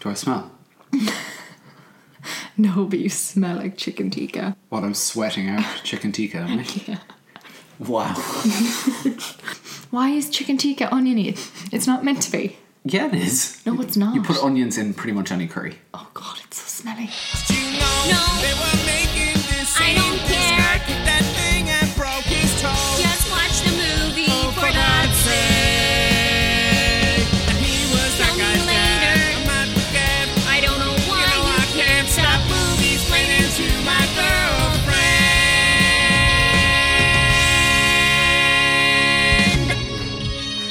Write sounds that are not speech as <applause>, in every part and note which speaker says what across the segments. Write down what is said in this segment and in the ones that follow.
Speaker 1: Do I smell?
Speaker 2: No, but you smell like chicken tikka.
Speaker 1: Well, I'm sweating out chicken tikka. am I?
Speaker 2: Yeah.
Speaker 1: Wow.
Speaker 2: Why is chicken tikka oniony? It's not meant to be.
Speaker 1: Yeah, it is.
Speaker 2: No, it's not.
Speaker 1: You put onions in pretty much any curry.
Speaker 2: oh god, it's so smelly.
Speaker 3: You know
Speaker 4: No.
Speaker 3: they were making this
Speaker 4: I don't
Speaker 3: scene. This
Speaker 4: care.
Speaker 3: guy kicked that thing and broke his toe.
Speaker 4: Just watch the movie
Speaker 3: Oh,
Speaker 4: for God's sake.
Speaker 3: And he was that
Speaker 4: Tell me
Speaker 3: guy's dad.
Speaker 4: later.
Speaker 3: I'm not the dad.
Speaker 4: I don't know why
Speaker 3: You know
Speaker 4: you
Speaker 3: I can't stop movies playing into my girlfriend.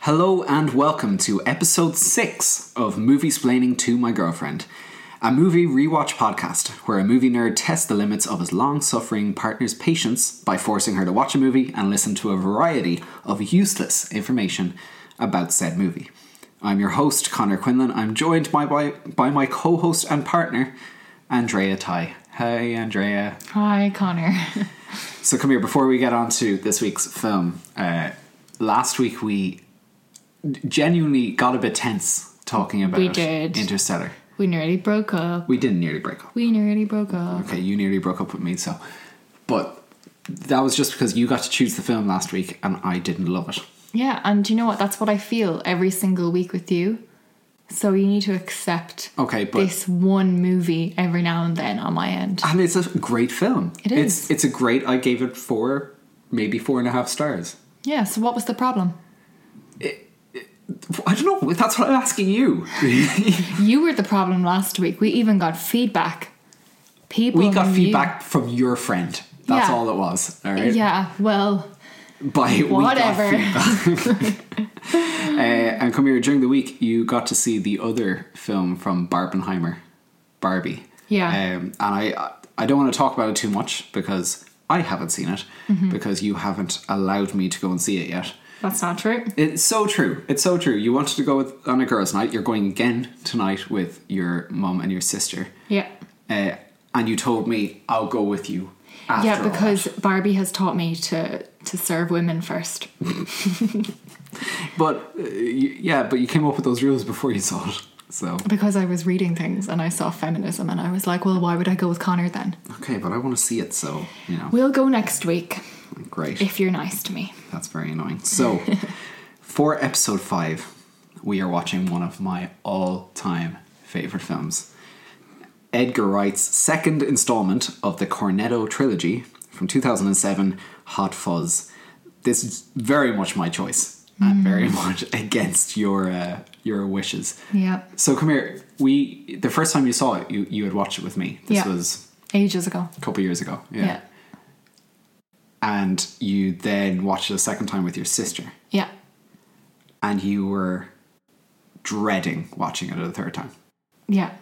Speaker 1: Hello and welcome to episode 6 of Movie Splaining to My Girlfriend, a movie rewatch podcast where a movie nerd tests the limits of his long suffering partner's patience by forcing her to watch a movie and listen to a variety of useless information about said movie. I'm your host, Connor Quinlan. I'm joined by, by, by my co host and partner, Andrea Ty. Hi, Andrea.
Speaker 2: Hi, Connor. <laughs>
Speaker 1: So come here before we get on to this week's film. Uh, last week we genuinely got a bit tense talking about
Speaker 2: We did.
Speaker 1: Interstellar.
Speaker 2: we nearly broke up.
Speaker 1: We didn't nearly break up.
Speaker 2: We nearly broke up.
Speaker 1: Okay, you nearly broke up with me, so but that was just because you got to choose the film last week and I didn't love it.
Speaker 2: Yeah, and you know what? That's what I feel every single week with you. So you need to accept
Speaker 1: Okay, Oh, but
Speaker 2: this one movie every now and then on my end.
Speaker 1: and it's a great film.
Speaker 2: It
Speaker 1: It's
Speaker 2: is.
Speaker 1: it's a great. I gave it four, maybe four and a half stars.
Speaker 2: Yeah, so what was the problem?
Speaker 1: I don't know. That's what I'm asking you.
Speaker 2: You were the problem last week. We even got feedback. People
Speaker 1: we got
Speaker 2: knew-
Speaker 1: feedback from your friend. That's
Speaker 2: Yeah.
Speaker 1: all it was. All right.
Speaker 2: Yeah, well,
Speaker 1: by
Speaker 2: Whatever.
Speaker 1: whatever. uh, and come here during the week. You got to see the other film from Barbenheimer, Barbie.
Speaker 2: Yeah.
Speaker 1: Um, and I I don't want to talk about it too much because I haven't seen it
Speaker 2: Mm-hmm.
Speaker 1: because you haven't allowed me to go and see it yet.
Speaker 2: that's not true.
Speaker 1: It's so true. It's so true. You wanted to go with, on a girls' night. You're going again tonight with your mum and your sister.
Speaker 2: Yeah.
Speaker 1: Uh, and you told me I'll go with you. After
Speaker 2: yeah,
Speaker 1: all that."
Speaker 2: because Barbie has taught me to to serve women first.
Speaker 1: But uh, you, yeah, but you came up with those rules before you saw it. So
Speaker 2: Because I was reading things and I saw feminism and I was like, well, why would I go with Connor then?
Speaker 1: okay, but I want to see it. So you know,
Speaker 2: We'll go next week
Speaker 1: great.
Speaker 2: if you're nice to me.
Speaker 1: That's very annoying. So
Speaker 2: <laughs>
Speaker 1: for episode five, we are watching one of my all-time favorite films, Edgar Wright's second installment of the Cornetto trilogy from 2007, Hot Fuzz. This is very much my choice,
Speaker 2: Mm.
Speaker 1: and very <laughs> much against your uh, your wishes.
Speaker 2: Yeah.
Speaker 1: So come here. We the first time you saw it, you you had watched it with me. This
Speaker 2: Yeah.
Speaker 1: was
Speaker 2: Ages ago.
Speaker 1: a couple years ago. Yeah.
Speaker 2: Yeah. yeah.
Speaker 1: And you then watched it a second time with your sister, and you were dreading watching it a third time.
Speaker 2: Yeah.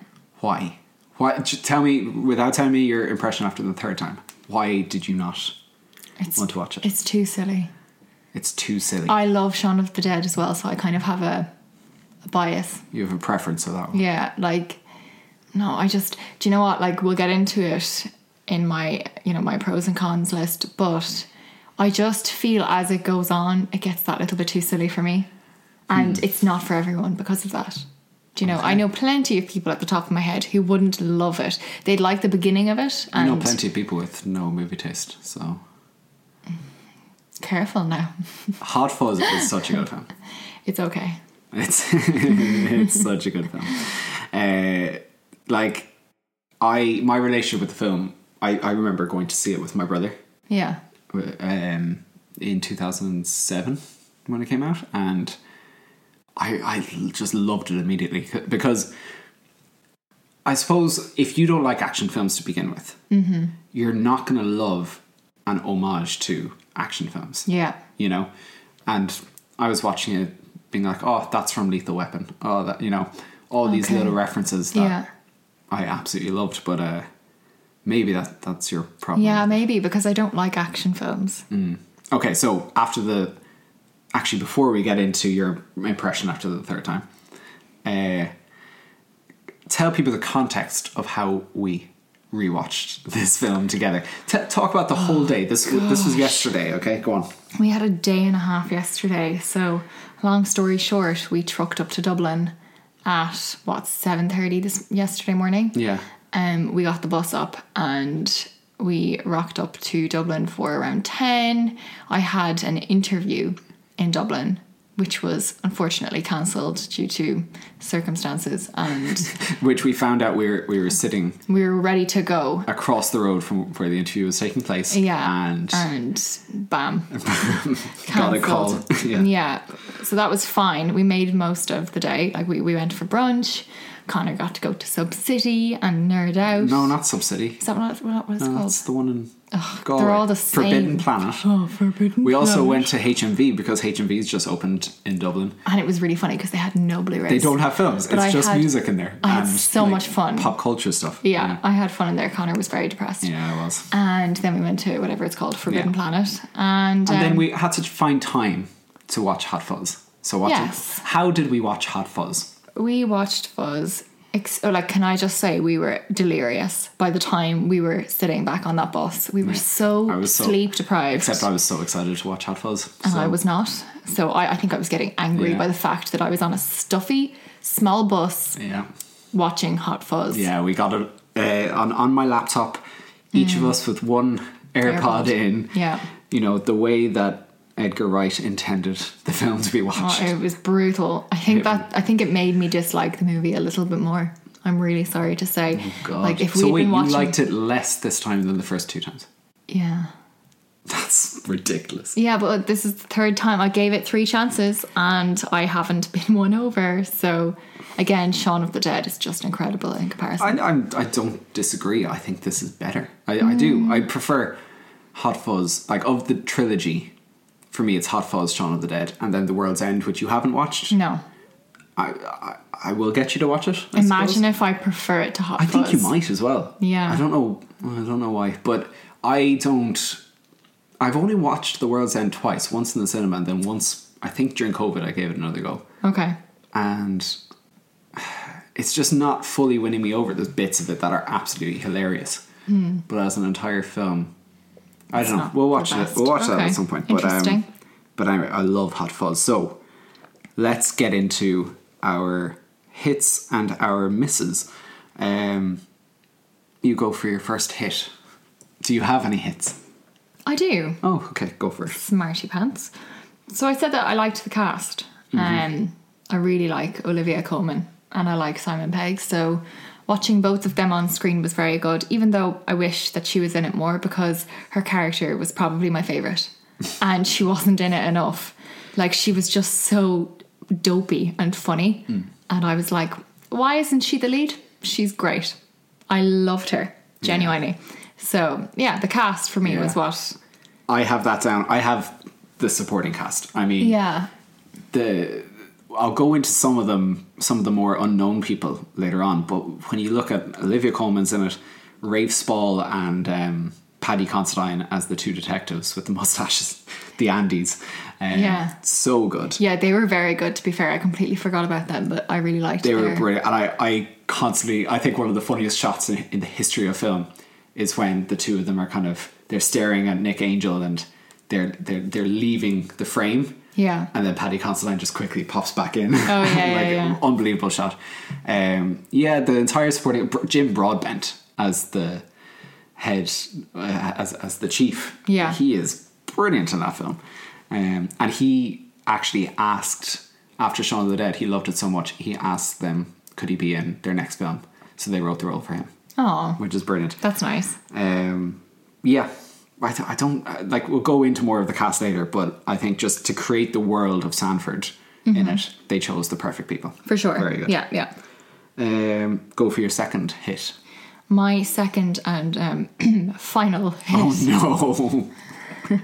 Speaker 1: Why? Why? j- Tell me without telling me your impression after the third time. Why did you not
Speaker 2: It's,
Speaker 1: want to watch it?
Speaker 2: it's too silly.
Speaker 1: It's too silly.
Speaker 2: I love Shaun of the Dead as well, so I kind of have a, a bias.
Speaker 1: you have a preference for that one.
Speaker 2: Yeah, like no, I just do you know what? Like we'll get into it in my you know, my pros and cons list, but I just feel as it goes on, it gets that little bit too silly for me. And
Speaker 1: Hmm.
Speaker 2: it's not for everyone because of that. Do you know? I know plenty of people at the top of my head who wouldn't love it. They'd like the beginning of it
Speaker 1: I
Speaker 2: and
Speaker 1: know plenty of people with no movie taste, so
Speaker 2: careful now.
Speaker 1: Hot Fuzz is such a good film. <laughs>
Speaker 2: It's okay.
Speaker 1: It's <laughs> it's such a good film. Uh, like I, my relationship with the film, I, I remember going to see it with my brother
Speaker 2: Yeah.
Speaker 1: um, in two thousand and seven when it came out, and I I just loved it immediately c- because I suppose if you don't like action films to begin with,
Speaker 2: Mm-hmm.
Speaker 1: you're not going to love an homage to action films
Speaker 2: Yeah.
Speaker 1: you know. And I was watching it, being like, "Oh, that's from Lethal Weapon." Oh, that you know, all these
Speaker 2: Okay.
Speaker 1: little references that
Speaker 2: Yeah.
Speaker 1: I absolutely loved. But uh, maybe that that's your problem.
Speaker 2: Yeah, maybe because I don't like action films.
Speaker 1: Okay, so after the, actually, before we get into your impression after the third time, eh, uh, tell people the context of how we rewatched this film together. T- talk about the whole day. This this was yesterday. Okay, go on.
Speaker 2: We had a day and a half yesterday, so long story short, we trucked up to Dublin at what seven thirty this yesterday morning.
Speaker 1: Yeah.
Speaker 2: Um, we got the bus up and we rocked up to Dublin for around ten. I had an interview in Dublin, which was unfortunately cancelled due to circumstances, and <laughs>
Speaker 1: Which we found out we were we were sitting
Speaker 2: we were ready to go.
Speaker 1: across the road from where the interview was taking place.
Speaker 2: Yeah,
Speaker 1: and
Speaker 2: and bam,
Speaker 1: <laughs> got a call.
Speaker 2: cancelled.
Speaker 1: <laughs> yeah.
Speaker 2: yeah. So that was fine. We made most of the day. Like we, we went for brunch. Connor got to go to Sub City and nerd out.
Speaker 1: No, not Subsidy.
Speaker 2: Is that what, what, what it's called?
Speaker 1: That's the one in Galway.
Speaker 2: they're all the
Speaker 1: Forbidden
Speaker 2: same.
Speaker 1: Planet.
Speaker 2: Oh, forbidden.
Speaker 1: We also went to HMV because HMV's just opened in Dublin.
Speaker 2: and it was really funny because they had no Blu-rays.
Speaker 1: They don't have films.
Speaker 2: But
Speaker 1: it's
Speaker 2: I
Speaker 1: just
Speaker 2: had-
Speaker 1: music in there.
Speaker 2: I had
Speaker 1: and,
Speaker 2: so much fun.
Speaker 1: Pop culture stuff.
Speaker 2: Yeah, I had fun in there. Connor was very depressed.
Speaker 1: Yeah, it was.
Speaker 2: And then we went to whatever it's called, Forbidden
Speaker 1: Yeah.
Speaker 2: Planet,
Speaker 1: And
Speaker 2: and, um,
Speaker 1: then we had to find time to watch Hot Fuzz. So what
Speaker 2: Yes.
Speaker 1: did, how did we watch Hot Fuzz?
Speaker 2: we watched Fuzz. Ex- or like, can I just say we were delirious by the time we were sitting back on that bus. We were
Speaker 1: I
Speaker 2: so
Speaker 1: was so-
Speaker 2: sleep deprived.
Speaker 1: Except I was so excited to watch Hot Fuzz.
Speaker 2: and
Speaker 1: so-
Speaker 2: Uh-huh, I was not. So I, I think I was getting angry
Speaker 1: Yeah.
Speaker 2: by the fact that I was on a stuffy, small bus
Speaker 1: Yeah.
Speaker 2: watching Hot Fuzz.
Speaker 1: Yeah, we got it uh, on, on my laptop, each of us with one AirPod,
Speaker 2: Mm. AirPod.
Speaker 1: in.
Speaker 2: Yeah.
Speaker 1: You know, the way that Edgar Wright intended the film to be watched.
Speaker 2: Oh, it was brutal. I think that I think it made me dislike the movie a little bit more. I'm really sorry to say.
Speaker 1: Oh, God.
Speaker 2: Like if
Speaker 1: so
Speaker 2: we'd
Speaker 1: wait,
Speaker 2: been watching,
Speaker 1: you liked it less this time than the first two times. <laughs>
Speaker 2: yeah,
Speaker 1: That's ridiculous.
Speaker 2: yeah. But this is the third time I gave it three chances, and I haven't <laughs> been won over. So again, Shaun of the Dead is just incredible in comparison.
Speaker 1: I, I'm, I don't disagree. I think this is better. I, I
Speaker 2: Mm.
Speaker 1: do. I prefer Hot Fuzz. Like of the trilogy, for me, it's Hot Fuzz, Shaun of the Dead, and then The World's End, which you haven't watched.
Speaker 2: no,
Speaker 1: I, I, I will get you to watch it. I
Speaker 2: imagine
Speaker 1: suppose.
Speaker 2: if I prefer it to Hot
Speaker 1: I
Speaker 2: Fuzz.
Speaker 1: think you might as well.
Speaker 2: Yeah.
Speaker 1: I don't know. I don't know why, but I don't. I've only watched The World's End twice. Once in the cinema, and then once I think during COVID, I gave it another go.
Speaker 2: Okay.
Speaker 1: and it's just not fully winning me over. There's bits of it that are absolutely hilarious, but as an entire film, I don't know.
Speaker 2: Hmm. not
Speaker 1: We'll
Speaker 2: the
Speaker 1: watch it.
Speaker 2: best.
Speaker 1: We'll watch that
Speaker 2: Okay.
Speaker 1: at some point. But um,
Speaker 2: Interesting.
Speaker 1: but anyway, I love Hot Fuzz. So let's get into our hits and our misses. Um, you go for your first hit. Do you have any hits?
Speaker 2: I do.
Speaker 1: Oh, okay, go for it.
Speaker 2: Smarty pants. So I said that I liked the cast. Um, I really like Olivia Colman and I like Simon Pegg. So watching both of them on screen was very good, even though I wish that she was in it more because her character was probably my favourite and she wasn't in it enough. Like she was just so dopey and funny. And I was like, why isn't she the lead? She's great. I loved her, genuinely. So yeah, the cast for me
Speaker 1: Yeah.
Speaker 2: was what?
Speaker 1: I have that down. I have the supporting cast. I mean,
Speaker 2: Yeah.
Speaker 1: the I'll go into some of them, some of the more unknown people later on. But when you look at Olivia Coleman's in it, Rafe Spall and um, Paddy Considine as the two detectives with the mustaches, <laughs> the Andes, um,
Speaker 2: Yeah.
Speaker 1: so good.
Speaker 2: Yeah, they were very good. To be fair, I completely forgot about them, but I really liked.
Speaker 1: They were
Speaker 2: their-
Speaker 1: brilliant, and I, I constantly, I think one of the funniest shots in, in the history of film is when the two of them are kind of they're staring at Nick Angel and they're they're they're leaving the frame.
Speaker 2: Yeah.
Speaker 1: And then Paddy Considine just quickly pops back in.
Speaker 2: yeah,
Speaker 1: <laughs>
Speaker 2: yeah,
Speaker 1: like,
Speaker 2: yeah.
Speaker 1: Unbelievable shot. Um, yeah, the entire supporting Br- Jim Broadbent as the head, uh, as as the chief.
Speaker 2: Yeah.
Speaker 1: he is brilliant in that film, um, and he actually asked after Shaun of the Dead, he loved it so much, he asked them could he be in their next film, so they wrote the role for him,
Speaker 2: Aw,
Speaker 1: which is brilliant.
Speaker 2: that's nice.
Speaker 1: Um, yeah, I, th- I don't uh, like. We'll go into more of the cast later, but I think just to create the world of Sanford in it, they chose the perfect people
Speaker 2: Mm-hmm. For sure.
Speaker 1: Very good.
Speaker 2: Yeah, yeah.
Speaker 1: Um, go for your second hit.
Speaker 2: My second and um, <clears throat> final hit
Speaker 1: Oh
Speaker 2: <laughs>
Speaker 1: no!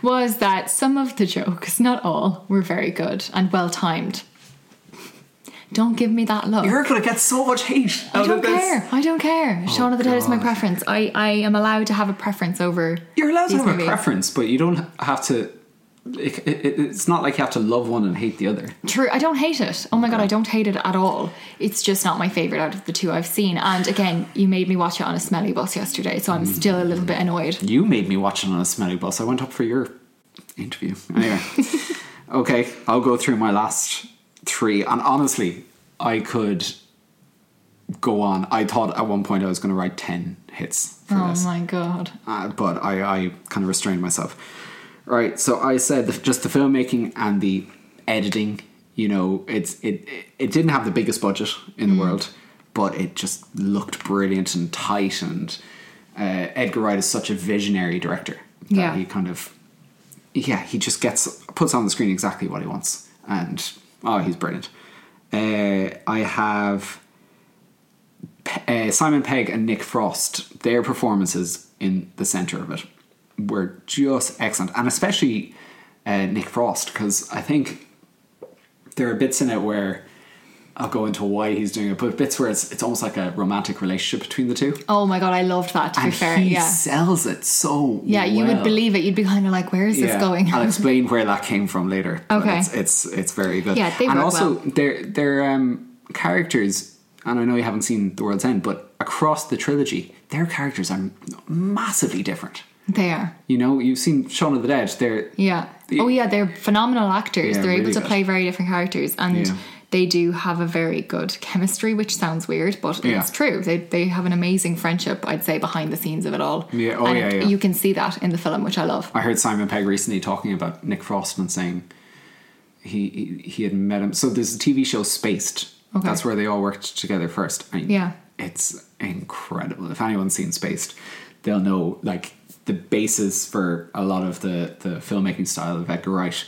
Speaker 2: was that some of the jokes, not all, were very good and well timed. Don't give me that look.
Speaker 1: You're gonna get so much hate.
Speaker 2: I
Speaker 1: out
Speaker 2: don't
Speaker 1: of this. Oh,
Speaker 2: care. I don't care. Shaun of the Dead is my
Speaker 1: God.
Speaker 2: preference. I, I am allowed to have a preference over.
Speaker 1: You're allowed to
Speaker 2: these
Speaker 1: have a
Speaker 2: movies.
Speaker 1: preference, but you don't have to it, it, it's not like you have to love one and hate the other.
Speaker 2: True. I don't hate it. Oh my god, I don't hate it at all. It's just not my favorite out of the two I've seen. And again, you made me watch it on a smelly bus yesterday, so
Speaker 1: Mm.
Speaker 2: I'm still a little bit annoyed.
Speaker 1: You made me watch it on a smelly bus. I went up for your interview. Anyway, okay, I'll go through my last three. And honestly, I could go on. I thought at one point I was going to write 10 hits for
Speaker 2: Oh
Speaker 1: this,
Speaker 2: my god.
Speaker 1: uh, but I, I kind of restrained myself. All right, so I said the, just the filmmaking and the editing. You know, it's it it didn't have the biggest budget in the world, but it just looked brilliant and tight. And uh, Edgar Wright is such a visionary director that
Speaker 2: Yeah.
Speaker 1: he kind of yeah, he just gets puts on the screen exactly what he wants, and oh, he's brilliant. Uh, I have Pe- uh, Simon Pegg and Nick Frost. Their performances in the center of it were just excellent, and especially uh, Nick Frost because I think there are bits in it where. I'll go into why he's doing it, but bits where it's, it's almost like a romantic relationship between the two.
Speaker 2: Oh my god, I loved that. To
Speaker 1: and
Speaker 2: be fair,
Speaker 1: he
Speaker 2: yeah,
Speaker 1: sells it so
Speaker 2: yeah, you would
Speaker 1: well.
Speaker 2: believe it. You'd be kind of like, where is this going?
Speaker 1: I'll explain where that came from later. but
Speaker 2: Okay.
Speaker 1: it's, it's it's very good.
Speaker 2: Yeah, they
Speaker 1: and
Speaker 2: work
Speaker 1: also
Speaker 2: well.
Speaker 1: their their um, characters. And I know you haven't seen The World's End, but across the trilogy, their characters are massively different.
Speaker 2: <laughs> there.
Speaker 1: You know, you've seen Shaun of the Dead. They're
Speaker 2: Yeah.
Speaker 1: The-
Speaker 2: oh yeah, they're phenomenal actors.
Speaker 1: Yeah,
Speaker 2: they're
Speaker 1: really
Speaker 2: able to
Speaker 1: good.
Speaker 2: play very different characters and
Speaker 1: Yeah.
Speaker 2: they do have a very good chemistry, which sounds weird, but
Speaker 1: Yeah.
Speaker 2: it's true. They they have an amazing friendship, I'd say, behind the scenes of it all.
Speaker 1: Yeah, oh,
Speaker 2: and
Speaker 1: yeah, yeah.
Speaker 2: you can see that in the film, which I love.
Speaker 1: I heard Simon Pegg recently talking about Nick Frost and saying he he- he had met him. So there's a TV show Spaced.
Speaker 2: Okay.
Speaker 1: That's where they all worked together first. I mean,
Speaker 2: Yeah.
Speaker 1: it's incredible. If anyone's seen Spaced, they'll know like the basis for a lot of the the filmmaking style of Edgar Wright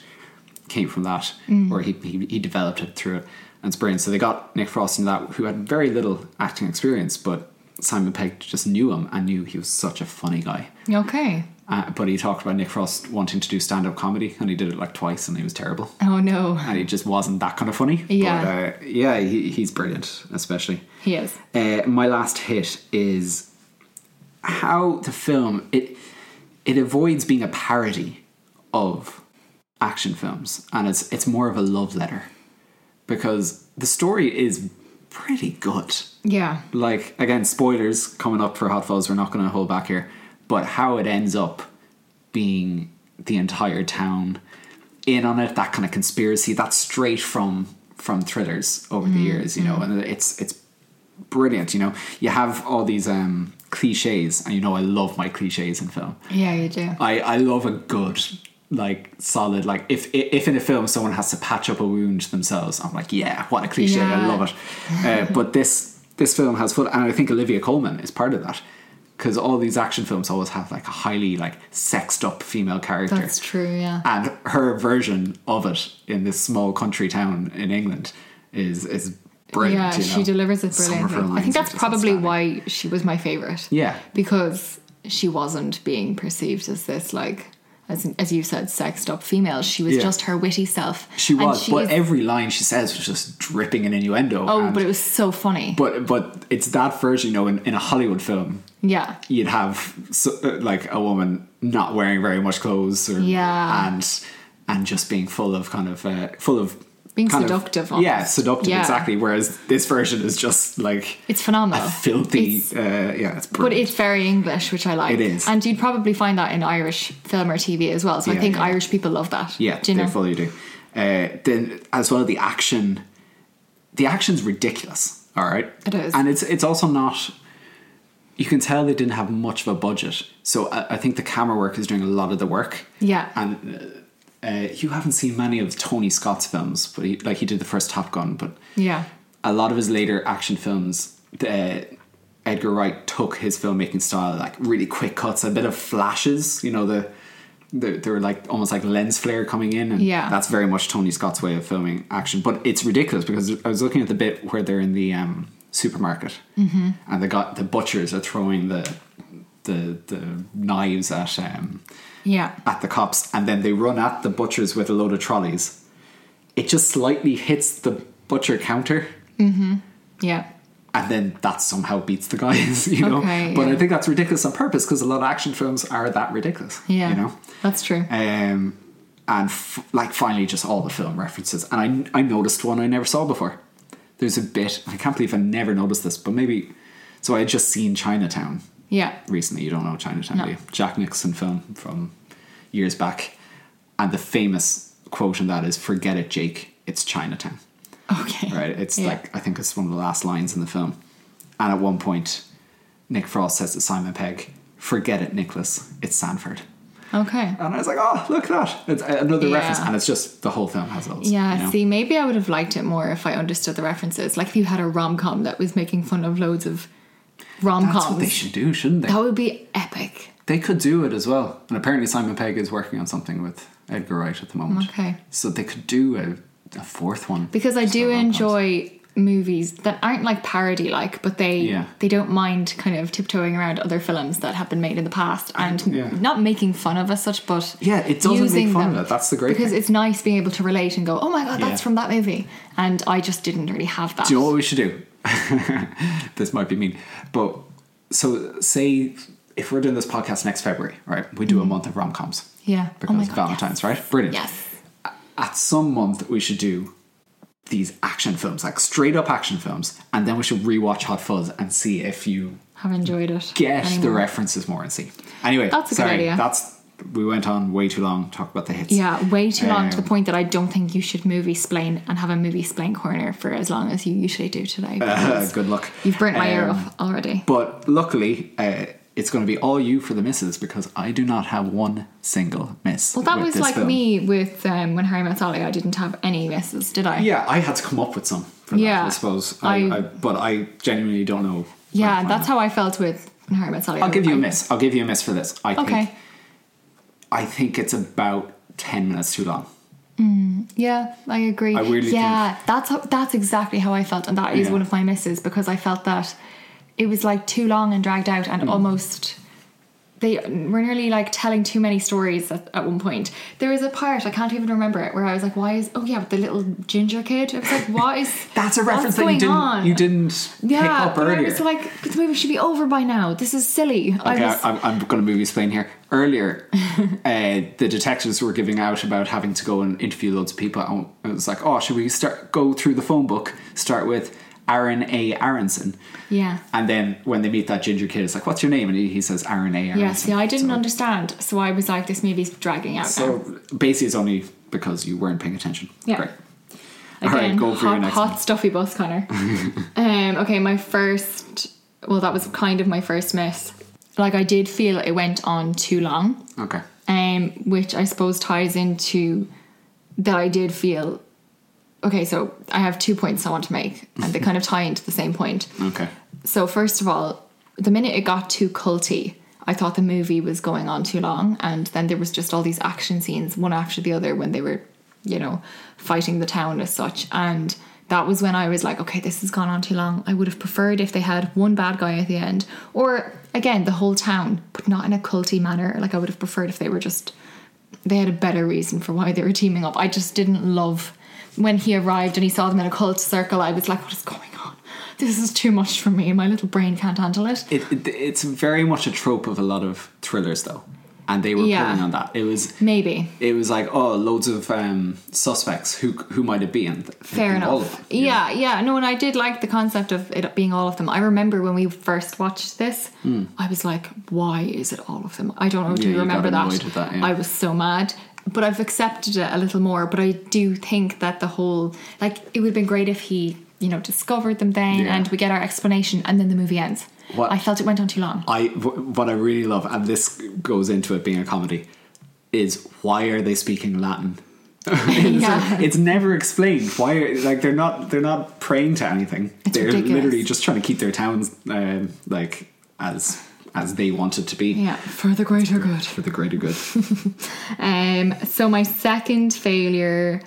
Speaker 1: came from that,
Speaker 2: Mm.
Speaker 1: or he, he he developed it through it. And it's brilliant. So they got Nick Frost into that, who had very little acting experience, but Simon Pegg just knew him and knew he was such a funny guy.
Speaker 2: Okay.
Speaker 1: Uh, but he talked about Nick Frost wanting to do stand up comedy, and he did it like twice, and he was terrible.
Speaker 2: Oh no.
Speaker 1: <laughs> And he just wasn't that kind of funny.
Speaker 2: Yeah.
Speaker 1: But, uh, yeah, he, he's brilliant, especially.
Speaker 2: He is.
Speaker 1: Uh, my last hit is how the film it it avoids being a parody of action films, and it's it's more of a love letter because the story is pretty good
Speaker 2: Yeah.
Speaker 1: like again spoilers coming up for hot fuzz we're not going to hold back here but how it ends up being the entire town in on it that kind of conspiracy that's straight from from thrillers over the years you know and it's it's brilliant you know you have all these um cliches and you know i love my cliches in film
Speaker 2: Yeah, you do.
Speaker 1: I, I love a good like solid like if if in a film someone has to patch up a wound themselves I'm like yeah what a cliche I
Speaker 2: Yeah.
Speaker 1: love it uh, but this this film has fun and I think Olivia Colman is part of that because all these action films always have like a highly like sexed up female character
Speaker 2: That's true, yeah.
Speaker 1: and her version of it in this small country town in England is is brilliant
Speaker 2: yeah,
Speaker 1: you
Speaker 2: she
Speaker 1: know.
Speaker 2: delivers it
Speaker 1: Some of her
Speaker 2: brilliantly. I
Speaker 1: lines
Speaker 2: think that's
Speaker 1: are just
Speaker 2: probably
Speaker 1: outstanding.
Speaker 2: why she was my favorite.
Speaker 1: Yeah.
Speaker 2: because she wasn't being perceived as this like. As, as you said, sexed up female. She was
Speaker 1: Yeah.
Speaker 2: just her witty self.
Speaker 1: she
Speaker 2: And
Speaker 1: was but
Speaker 2: is-
Speaker 1: every line she says was just dripping in innuendo
Speaker 2: oh,
Speaker 1: and-
Speaker 2: but it was so funny.
Speaker 1: but but it's that version, you know, in, in a Hollywood film,
Speaker 2: yeah,
Speaker 1: you'd have so, uh, like a woman not wearing very much clothes, or,
Speaker 2: Yeah.
Speaker 1: and and just being full of kind of uh, full of
Speaker 2: Being
Speaker 1: kind of-
Speaker 2: seductive,
Speaker 1: yeah,
Speaker 2: almost.
Speaker 1: seductive,
Speaker 2: Yeah.
Speaker 1: exactly. Whereas this version is just like
Speaker 2: it's phenomenal.
Speaker 1: a filthy,
Speaker 2: It's-
Speaker 1: uh, yeah, it's
Speaker 2: but
Speaker 1: brilliant.
Speaker 2: it's very English, which I like.
Speaker 1: It is.
Speaker 2: and you'd probably find that in Irish film or TV as well. So
Speaker 1: Yeah,
Speaker 2: I think
Speaker 1: yeah.
Speaker 2: Irish people love that.
Speaker 1: Yeah,
Speaker 2: Do you
Speaker 1: they
Speaker 2: know?
Speaker 1: fully do. Uh, then as well, the action, the action's ridiculous. All right,
Speaker 2: It is.
Speaker 1: and it's it's also not. You can tell they didn't have much of a budget, so I, I think the camera work is doing a lot of the work.
Speaker 2: Yeah.
Speaker 1: and uh, uh, you haven't seen many of Tony Scott's films, but he, like he did the first Top Gun, but
Speaker 2: yeah,
Speaker 1: a lot of his later action films, uh, Edgar Wright took his filmmaking style, like really quick cuts, a bit of flashes. You know, the, the they were like almost like lens flare coming in, and
Speaker 2: Yeah.
Speaker 1: that's very much Tony Scott's way of filming action. But it's ridiculous because I was looking at the bit where they're in the um, supermarket, and the got the butchers are throwing the the the knives at um,
Speaker 2: yeah.
Speaker 1: at the cops and then they run at the butchers with a load of trolleys. It just slightly hits the butcher counter
Speaker 2: Yeah.
Speaker 1: and then that somehow beats the guys, <laughs> you know.
Speaker 2: Okay,
Speaker 1: but I
Speaker 2: yeah.
Speaker 1: think that's ridiculous on purpose because a lot of action films are that ridiculous.
Speaker 2: Yeah.
Speaker 1: You know?
Speaker 2: That's true.
Speaker 1: Um and f- like finally just all the film references. And I I noticed one I never saw before. There's a bit I can't believe I never noticed this, but maybe so I had just seen Chinatown
Speaker 2: Yeah.
Speaker 1: recently. You don't know Chinatown,
Speaker 2: No.
Speaker 1: do you? Jack Nixon film from years back, and the famous quote in that is "Forget it, Jake. It's Chinatown."
Speaker 2: Okay.
Speaker 1: Right? It's
Speaker 2: Yeah.
Speaker 1: like I think it's one of the last lines in the film, and at one point, Nick Frost says to Simon Pegg, "Forget it, Nicholas. It's Sanford."
Speaker 2: Okay.
Speaker 1: And I was like, "Oh, look at that! It's another
Speaker 2: Yeah.
Speaker 1: reference." And it's just the whole film has those.
Speaker 2: Yeah,
Speaker 1: you know?
Speaker 2: see, maybe I would have liked it more if I understood the references. Like if you had a rom com that was making fun of loads of rom
Speaker 1: That's what they
Speaker 2: coms,
Speaker 1: should do, shouldn't they?
Speaker 2: that would be epic.
Speaker 1: They could do it as well. And apparently Simon Pegg is working on something with Edgar Wright at the moment.
Speaker 2: Okay.
Speaker 1: So they could do a, a fourth one.
Speaker 2: Because I
Speaker 1: Just
Speaker 2: do
Speaker 1: for rom-coms.
Speaker 2: enjoy movies that aren't like parody like, but they
Speaker 1: Yeah.
Speaker 2: they don't mind kind of tiptoeing around other films that have been made in the past and
Speaker 1: Yeah.
Speaker 2: not making fun of as such, but
Speaker 1: Yeah, it doesn't make
Speaker 2: using
Speaker 1: fun of
Speaker 2: them.
Speaker 1: it. That's the great
Speaker 2: because
Speaker 1: thing.
Speaker 2: it's nice being able to relate and go, oh my god,
Speaker 1: Yeah.
Speaker 2: that's from that movie, and I just didn't really have that.
Speaker 1: Do you know what we should do? <laughs> this might be mean. But so say if we're doing this podcast next February, right? We do a month of rom coms.
Speaker 2: Mm-hmm. Yeah. Oh
Speaker 1: Because
Speaker 2: my
Speaker 1: of
Speaker 2: God,
Speaker 1: Valentine's, right? Brilliant.
Speaker 2: Yes.
Speaker 1: At some month we should do these action films, like straight up action films, and then we should rewatch Hot Fuzz and see if you
Speaker 2: Have enjoyed it.
Speaker 1: get the
Speaker 2: anymore.
Speaker 1: references more and see. Anyway,
Speaker 2: That's a good
Speaker 1: sorry,
Speaker 2: idea.
Speaker 1: That's we went on way too long talk about the hits.
Speaker 2: Yeah, way too long to the
Speaker 1: Um,
Speaker 2: point that I don't think you should movie splain and have a movie splain corner for as long as you usually do
Speaker 1: <laughs>
Speaker 2: today. because
Speaker 1: Uh, good luck.
Speaker 2: You've burnt my ear
Speaker 1: Um,
Speaker 2: off already.
Speaker 1: But luckily, uh, it's going to be all you for the misses because I do not have one single miss.
Speaker 2: Well, that
Speaker 1: with
Speaker 2: was
Speaker 1: this
Speaker 2: like
Speaker 1: film.
Speaker 2: me with um, when Harry Met Sally. I didn't have any misses, did I?
Speaker 1: Yeah, I had to come up with some. For that,
Speaker 2: Yeah,
Speaker 1: I suppose. I, I,
Speaker 2: I-
Speaker 1: but I genuinely don't know. where to
Speaker 2: Yeah,
Speaker 1: find
Speaker 2: that's
Speaker 1: them.
Speaker 2: how I felt with when Harry Met Sally.
Speaker 1: I'll give you a
Speaker 2: I-
Speaker 1: miss. I'll give you a miss for this. I
Speaker 2: Okay.
Speaker 1: think. I think it's about ten minutes too long.
Speaker 2: Yeah, I agree.
Speaker 1: I really
Speaker 2: yeah, that's how, that's exactly how I felt, and that is
Speaker 1: Yeah.
Speaker 2: one of my misses because I felt that it was like too long and dragged out,
Speaker 1: Mm.
Speaker 2: and almost they were nearly like telling too many stories at, at one point. There was a part I can't even remember it where I was like, "Why is oh yeah, with the little ginger kid?" I was like, "What is
Speaker 1: <laughs> That's a
Speaker 2: what's
Speaker 1: reference that you
Speaker 2: going
Speaker 1: didn't
Speaker 2: on?
Speaker 1: you didn't pick
Speaker 2: yeah,
Speaker 1: up
Speaker 2: but
Speaker 1: earlier.
Speaker 2: I was like, "The movie should be over by now. This is silly."
Speaker 1: Okay,
Speaker 2: I was,
Speaker 1: I, am I'm going to movie explain here.
Speaker 2: <laughs>
Speaker 1: Earlier, uh, the detectives were giving out about having to go and interview loads of people. And it was like, oh, should we start go through the phone book? Start with Aaron A. Aronson.
Speaker 2: yeah.
Speaker 1: And then when they meet that ginger kid, it's like, what's your name? And he, he says Aaron A. Aronson.
Speaker 2: Yeah, see, I didn't
Speaker 1: So-
Speaker 2: understand, so I was like, "This movie's dragging out." now.
Speaker 1: So basically, it's only because you weren't paying attention.
Speaker 2: Yeah.
Speaker 1: Great. All
Speaker 2: Again,
Speaker 1: right, go for
Speaker 2: hot,
Speaker 1: your next
Speaker 2: hot
Speaker 1: one.
Speaker 2: stuffy bus,
Speaker 1: <laughs>
Speaker 2: Connor. um, okay, my first. Well, that was kind of my first miss. Like I did feel it went on too long,
Speaker 1: Okay.
Speaker 2: um, which I suppose ties into that I did feel. Okay, so I have two points I want to make, and they kind of tie into the same point.
Speaker 1: Okay.
Speaker 2: So first of all, the minute it got too culty, I thought the movie was going on too long, and then there was just all these action scenes one after the other when they were, you know, fighting the town as such, and that was when I was like, okay, this has gone on too long. I would have preferred if they had one bad guy at the end, or again the whole town, but not in a culty manner. Like I would have preferred if they were just they had a better reason for why they were teaming up. I just didn't love when he arrived and he saw them in a cult circle. I was like, what is going on? This is too much for me. My little brain can't handle it.
Speaker 1: It, it, it's very much a trope of a lot of thrillers, though. And they were
Speaker 2: Yeah.
Speaker 1: pulling on that. It was
Speaker 2: Maybe.
Speaker 1: it was like oh loads of um, suspects who who might it be and
Speaker 2: Fair
Speaker 1: and all of
Speaker 2: enough.
Speaker 1: them, you
Speaker 2: Yeah, yeah. No, and I did like the concept of it being all of them. I remember when we first watched this, I was like, why is it all of them? I don't know. Do
Speaker 1: Hmm. Yeah,
Speaker 2: you
Speaker 1: you got
Speaker 2: remember that?
Speaker 1: annoyed with that, yeah.
Speaker 2: I was so mad. But I've accepted it a little more. But I do think that the whole, like, it would have been great if he, you know, discovered them then
Speaker 1: Yeah.
Speaker 2: and we get our explanation and then the movie ends.
Speaker 1: What-
Speaker 2: I felt it went on too
Speaker 1: <laughs>
Speaker 2: long.
Speaker 1: I wh- what I really love and this goes into it being a comedy is why are they speaking
Speaker 2: <laughs>
Speaker 1: Latin it's,
Speaker 2: Yeah.
Speaker 1: it's never explained why are, like they're not they're not praying to anything
Speaker 2: It's
Speaker 1: they're
Speaker 2: ridiculous.
Speaker 1: literally just trying to keep their towns um, like as as they want it to be
Speaker 2: <laughs> Yeah, for the greater good.
Speaker 1: for the greater good
Speaker 2: Um, so my second failure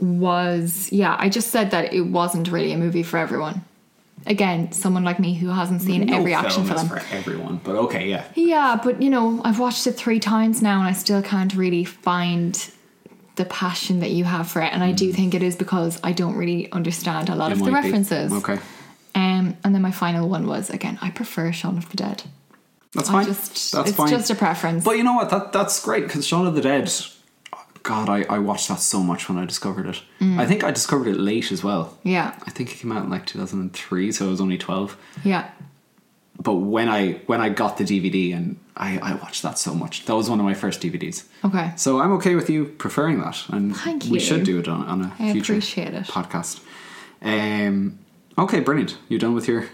Speaker 2: was yeah, I just said that it wasn't really a movie for everyone. Again, someone like me who hasn't seen
Speaker 1: No
Speaker 2: <laughs> every action
Speaker 1: film is
Speaker 2: film.
Speaker 1: for everyone but okay yeah
Speaker 2: yeah, but you know, I've watched it three times now and I still can't really find the passion that you have for it. And I do think it is because I don't really understand a lot
Speaker 1: Hmm. It
Speaker 2: of the
Speaker 1: might be.
Speaker 2: references.
Speaker 1: okay
Speaker 2: Um, and then my final one was again, I prefer Shaun of the Dead.
Speaker 1: that's fine
Speaker 2: I just
Speaker 1: that's
Speaker 2: it's
Speaker 1: fine
Speaker 2: just a preference.
Speaker 1: But you know what? That that's great because Shaun of the Dead God, I, I watched that so much when I discovered it. I think I discovered it late as well.
Speaker 2: Mm. Yeah.
Speaker 1: I think it came out in like 2003, so I was only 12.
Speaker 2: Yeah.
Speaker 1: But when I when I got the DVD and I, I watched that so much, that was one of my first DVDs.
Speaker 2: Okay.
Speaker 1: So I'm okay with you preferring that, and
Speaker 2: Thank
Speaker 1: we
Speaker 2: you.
Speaker 1: should do it on, on a
Speaker 2: I
Speaker 1: future
Speaker 2: appreciate it.
Speaker 1: podcast. Um, okay, brilliant. You done with your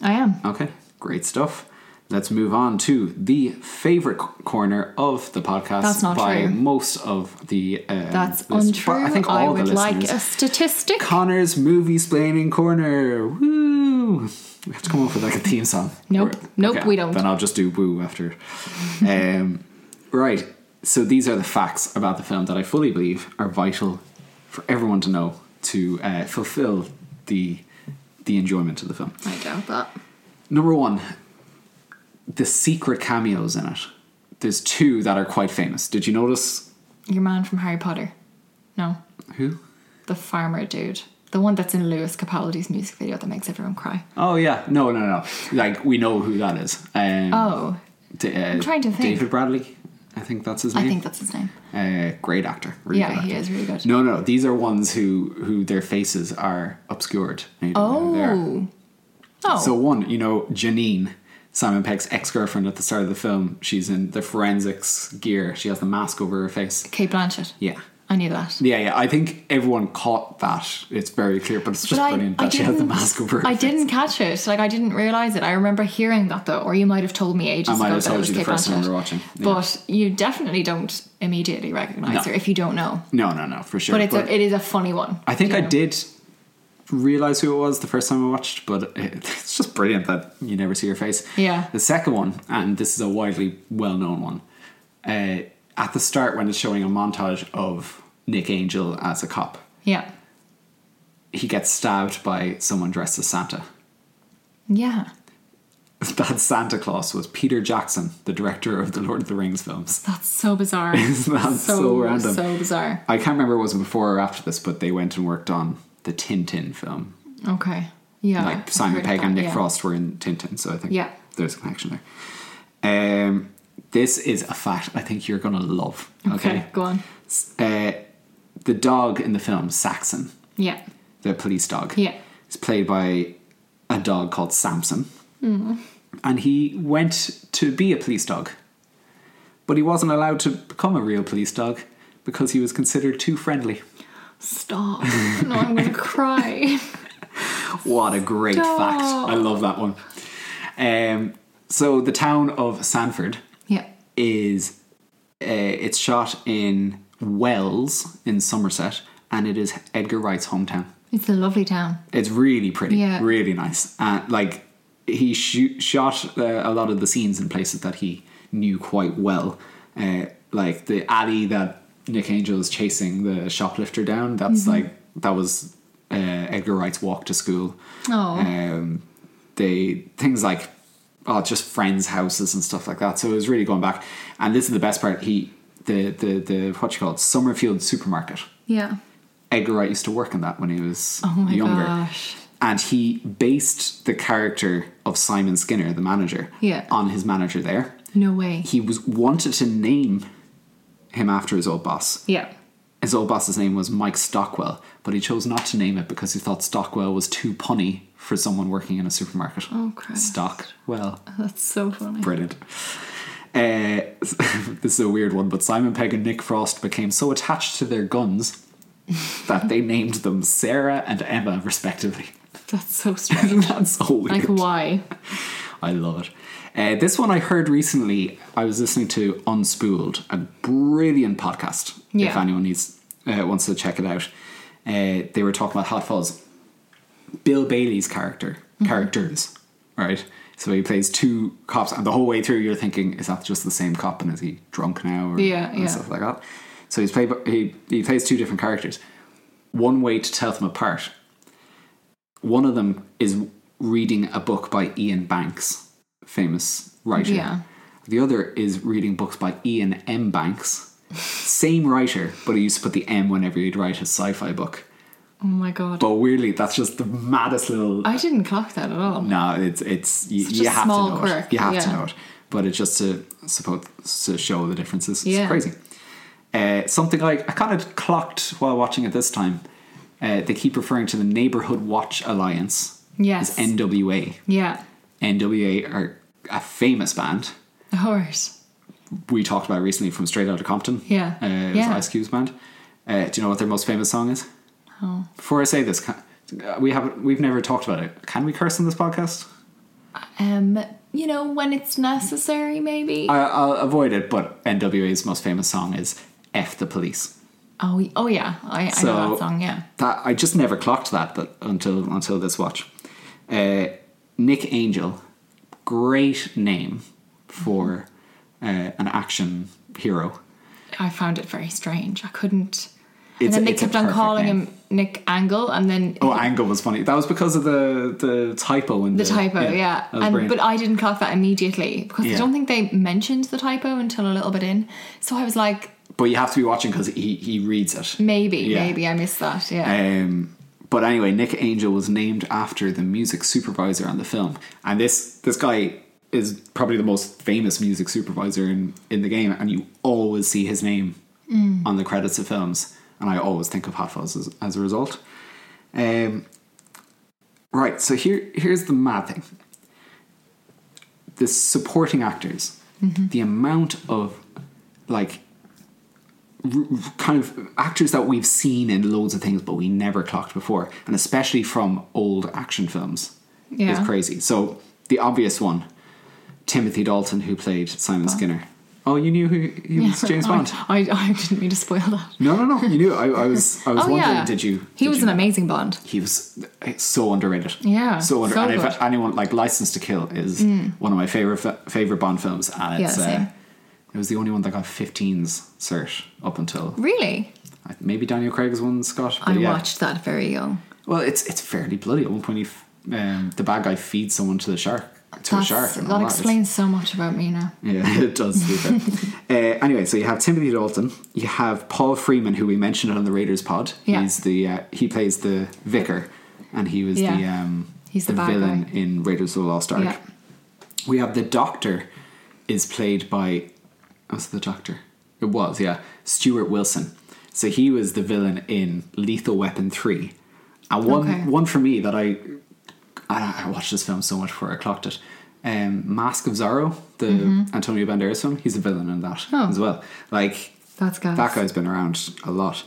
Speaker 2: I am.
Speaker 1: Okay, great stuff. Let's move on to the favorite c- corner of the podcast
Speaker 2: That's not
Speaker 1: by
Speaker 2: true.
Speaker 1: most of the um,
Speaker 2: That's
Speaker 1: list-
Speaker 2: untrue.
Speaker 1: but
Speaker 2: I,
Speaker 1: I think all
Speaker 2: would
Speaker 1: the
Speaker 2: like
Speaker 1: listeners.
Speaker 2: a statistic.
Speaker 1: Connor's movie splaining corner. Woo! We have to come up with like a theme song.
Speaker 2: Nope. Nope, we don't.
Speaker 1: Then I'll just do woo after. Um, right. So these are the facts about the film that I fully believe are vital for everyone to know to uh, fulfill the the enjoyment of the film.
Speaker 2: I doubt that.
Speaker 1: Number one, the secret cameos in it. There's two that are quite famous. Did you notice
Speaker 2: Your man from Harry Potter. No.
Speaker 1: who?
Speaker 2: The farmer dude. The one that's in Lewis Capaldi's music video that makes everyone cry.
Speaker 1: Oh yeah, no, no, no. Like we know who that is. Um,
Speaker 2: Oh,
Speaker 1: D- uh,
Speaker 2: trying to think.
Speaker 1: David Bradley, I think that's his name.
Speaker 2: I think that's his name.
Speaker 1: uh, great actor. Really
Speaker 2: Yeah,
Speaker 1: good actor.
Speaker 2: he is really good.
Speaker 1: No, no, these are ones who who their faces are obscured. and you don't know who they are.
Speaker 2: Oh. Oh.
Speaker 1: So one, you know, Janine, Simon Pegg's ex-girlfriend at the start of the film. She's in the forensics gear. She has the mask over her face.
Speaker 2: Kate Blanchett.
Speaker 1: Yeah.
Speaker 2: I knew that.
Speaker 1: Yeah, yeah. I think everyone caught that. It's very clear, but it's just brilliant that she has the
Speaker 2: didn't-
Speaker 1: mask over. Her
Speaker 2: I
Speaker 1: face.
Speaker 2: didn't catch it. Like I didn't realize it. I remember hearing that though, or you might have told me ages
Speaker 1: I might
Speaker 2: ago
Speaker 1: have
Speaker 2: that
Speaker 1: told
Speaker 2: it was
Speaker 1: you the
Speaker 2: Kate
Speaker 1: first time we
Speaker 2: Blanchett.
Speaker 1: were watching. Yeah.
Speaker 2: But you definitely don't immediately recognize
Speaker 1: No.
Speaker 2: her if you don't know.
Speaker 1: No, no, no, for sure.
Speaker 2: But it's a, it is a funny one.
Speaker 1: I think
Speaker 2: you
Speaker 1: I
Speaker 2: know?
Speaker 1: did realize who it was the first time I watched, but <laughs> it, it's just brilliant that you never see her face.
Speaker 2: Yeah.
Speaker 1: The second one, and this is a widely well-known one, uh, at the start when it's showing a montage of Nick Angel as a cop,
Speaker 2: Yeah.
Speaker 1: he gets stabbed by someone dressed as Santa. <laughs>
Speaker 2: Yeah.
Speaker 1: That Santa Claus was Peter Jackson, the director of the Lord of the Rings films.
Speaker 2: That's
Speaker 1: <laughs>
Speaker 2: so bizarre.
Speaker 1: Isn't that so random?
Speaker 2: So bizarre.
Speaker 1: I can't remember it was before or after this, but they went and worked on the Tintin film.
Speaker 2: Okay. Yeah.
Speaker 1: like
Speaker 2: I've
Speaker 1: Simon
Speaker 2: heard of
Speaker 1: Pegg
Speaker 2: that,
Speaker 1: and Nick
Speaker 2: yeah.
Speaker 1: Frost were in Tintin, so I think
Speaker 2: Yeah.
Speaker 1: there's a connection there. Um, this is a fact I think you're gonna love. Okay,
Speaker 2: Okay. Go on.
Speaker 1: S- Uh, the dog in the film Saxon,
Speaker 2: Yeah.
Speaker 1: the police dog,
Speaker 2: Yeah.
Speaker 1: is played by a dog called Samson,
Speaker 2: Mm-hmm.
Speaker 1: and he went to be a police dog, but he wasn't allowed to become a real police dog because he was considered too friendly. <laughs>
Speaker 2: Stop. No, I'm gonna cry. <laughs>
Speaker 1: What a great fact.
Speaker 2: Stop.
Speaker 1: I love that one. Um, so the town of Sanford
Speaker 2: Yeah.
Speaker 1: is uh, it's shot in Wells in Somerset and it is Edgar Wright's hometown.
Speaker 2: It's a lovely town.
Speaker 1: It's really pretty,
Speaker 2: Yeah.
Speaker 1: really nice. And like he shoo- shot uh, a lot of the scenes in places that he knew quite well. Uh, like the alley that Nick Angel is chasing the shoplifter down,
Speaker 2: Mm-hmm.
Speaker 1: that's like that was uh, Edgar Wright's walk to school
Speaker 2: Oh.
Speaker 1: um, they things like oh just friends' houses and stuff like that. So it was really going back. And this is the best part. He the the the what you call it Summerfield supermarket.
Speaker 2: yeah.
Speaker 1: Edgar Wright used to work in that when he was
Speaker 2: Oh my
Speaker 1: younger.
Speaker 2: gosh.
Speaker 1: And he based the character of Simon Skinner, the manager,
Speaker 2: Yeah.
Speaker 1: on his manager there.
Speaker 2: No way.
Speaker 1: He was wanted to name him after his old boss.
Speaker 2: Yeah.
Speaker 1: His old boss's name was Mike Stockwell, but he chose not to name it because he thought Stockwell was too punny for someone working in a supermarket.
Speaker 2: Oh, Christ.
Speaker 1: Stockwell.
Speaker 2: That's so funny.
Speaker 1: Brilliant. Uh, <laughs> this is a weird one, but Simon Pegg and Nick Frost became so attached to their guns that they named them Sarah and Emma, respectively. <laughs>
Speaker 2: That's so strange.
Speaker 1: That's so weird.
Speaker 2: like why?
Speaker 1: I love it. Uh, this one I heard recently. I was listening to Unspooled, a brilliant podcast. If
Speaker 2: Yeah.
Speaker 1: anyone needs uh, wants to check it out, uh, they were talking about Hot Fuzz. Bill Bailey's character
Speaker 2: Mm-hmm.
Speaker 1: characters, right? So he plays two cops, and the whole way through you're thinking, is that just the same cop, and is he drunk now, or
Speaker 2: Yeah,
Speaker 1: and
Speaker 2: yeah.
Speaker 1: stuff like that? So he's played. by- He he plays two different characters. One way to tell them apart one of them is reading a book by Ian Banks, famous writer.
Speaker 2: Yeah.
Speaker 1: The other is reading books by Ian M. Banks, same writer, but he used to put the M whenever he'd write a sci-fi book.
Speaker 2: Oh my god.
Speaker 1: But weirdly, that's just the maddest little.
Speaker 2: I didn't clock that at all.
Speaker 1: no, it's it's you,
Speaker 2: Such a
Speaker 1: you have
Speaker 2: small
Speaker 1: to know
Speaker 2: quirk,
Speaker 1: it. You have to
Speaker 2: yeah.
Speaker 1: know it, but it's just to suppose to show the differences. It's
Speaker 2: Yeah.
Speaker 1: crazy. Uh, something I, I kind of clocked while watching it this time. Uh, they keep referring to the Neighborhood Watch Alliance as
Speaker 2: Yes.
Speaker 1: NWA.
Speaker 2: Yeah.
Speaker 1: NWA are a famous band
Speaker 2: The horse.
Speaker 1: we talked about recently from Straight Outta Compton.
Speaker 2: Yeah.
Speaker 1: Uh, it was
Speaker 2: Yeah.
Speaker 1: Ice Cube's band. Uh, do you know what their most famous song is?
Speaker 2: Oh.
Speaker 1: Before I say this, can, uh, we haven't we've never talked about it. Can we curse on this podcast?
Speaker 2: Um, you know, when it's necessary, maybe.
Speaker 1: I, Uh, I'll avoid it, but NWA's most famous song is "F the Police."
Speaker 2: oh, y- oh yeah. I, I know
Speaker 1: So-
Speaker 2: that song, yeah.
Speaker 1: That I just never clocked that, that until until this watch. Uh, Nick Angel, great name for uh, an action hero.
Speaker 2: I found it very strange. I couldn't.
Speaker 1: It's a-
Speaker 2: and then they
Speaker 1: it's a
Speaker 2: kept on
Speaker 1: perfect
Speaker 2: calling
Speaker 1: name.
Speaker 2: him Nick Angle, and then
Speaker 1: Oh, Angle was funny. That was because of the the typo in
Speaker 2: the
Speaker 1: the,
Speaker 2: typo, yeah.
Speaker 1: that was
Speaker 2: And
Speaker 1: brilliant.
Speaker 2: but I didn't clock that immediately because
Speaker 1: Yeah.
Speaker 2: I don't think they mentioned the typo until a little bit in. So I was like,
Speaker 1: but you have to be watching because he he reads it.
Speaker 2: maybe,
Speaker 1: Yeah.
Speaker 2: maybe I missed that. Yeah.
Speaker 1: Um, but anyway, Nick Angel was named after the music supervisor on the film, and this this guy is probably the most famous music supervisor in in the game, and you always see his name on the credits of films, and I always think of Hot Fuzz as, as a result. Um, right, so here here's the mad thing: the supporting actors,
Speaker 2: Mm-hmm.
Speaker 1: the amount of like kind of actors that we've seen in loads of things, but we never clocked before, and especially from old action films,
Speaker 2: Yeah.
Speaker 1: is crazy. So the obvious one, Timothy Dalton, who played Simon Skinner. Oh, you knew who he was James
Speaker 2: <laughs> oh, I-
Speaker 1: Bond.
Speaker 2: I, I didn't mean to spoil that.
Speaker 1: No, no, no. You knew. I, I was. I was
Speaker 2: <laughs> oh
Speaker 1: wondering.
Speaker 2: yeah,
Speaker 1: Did you?
Speaker 2: He
Speaker 1: did
Speaker 2: was
Speaker 1: you
Speaker 2: an
Speaker 1: know?
Speaker 2: amazing Bond.
Speaker 1: He was so underrated.
Speaker 2: Yeah,
Speaker 1: So under.
Speaker 2: so
Speaker 1: and
Speaker 2: good. Mm.
Speaker 1: if anyone like License to Kill is one of my favorite favorite Bond films, and it's
Speaker 2: Yeah,
Speaker 1: uh,
Speaker 2: same.
Speaker 1: it was the only one that got 15s cert up until
Speaker 2: Really,
Speaker 1: I- maybe Daniel Craig's one, Scott. but
Speaker 2: I
Speaker 1: yeah.
Speaker 2: watched that very young.
Speaker 1: Well, it's it's fairly bloody. At one point, he f- um, the bad guy feeds someone to the shark to a
Speaker 2: That's-
Speaker 1: shark. and all
Speaker 2: that
Speaker 1: It's-
Speaker 2: explains so much about me now.
Speaker 1: Yeah, <laughs> it does. to be
Speaker 2: <laughs>
Speaker 1: fair. uh, anyway, so you have Timothy Dalton, you have Paul Freeman, who we mentioned on the Raiders pod.
Speaker 2: Yeah.
Speaker 1: He's the uh, he plays the vicar, and he was the
Speaker 2: Yeah.
Speaker 1: um,
Speaker 2: He's the bad
Speaker 1: villain
Speaker 2: guy.
Speaker 1: in Raiders of the Lost Ark.
Speaker 2: Yeah.
Speaker 1: We have the Doctor, is played by was it the Doctor? It was yeah, Stuart Wilson. So he was the villain in Lethal Weapon three, and one
Speaker 2: Okay.
Speaker 1: one for me that I I, I watched this film so much before I clocked it. Um, Mask of Zorro, the Antonio Banderas film, he's a villain in that
Speaker 2: Mm-hmm. Oh.
Speaker 1: as well. Like
Speaker 2: That's gas.
Speaker 1: that guy's been around a lot.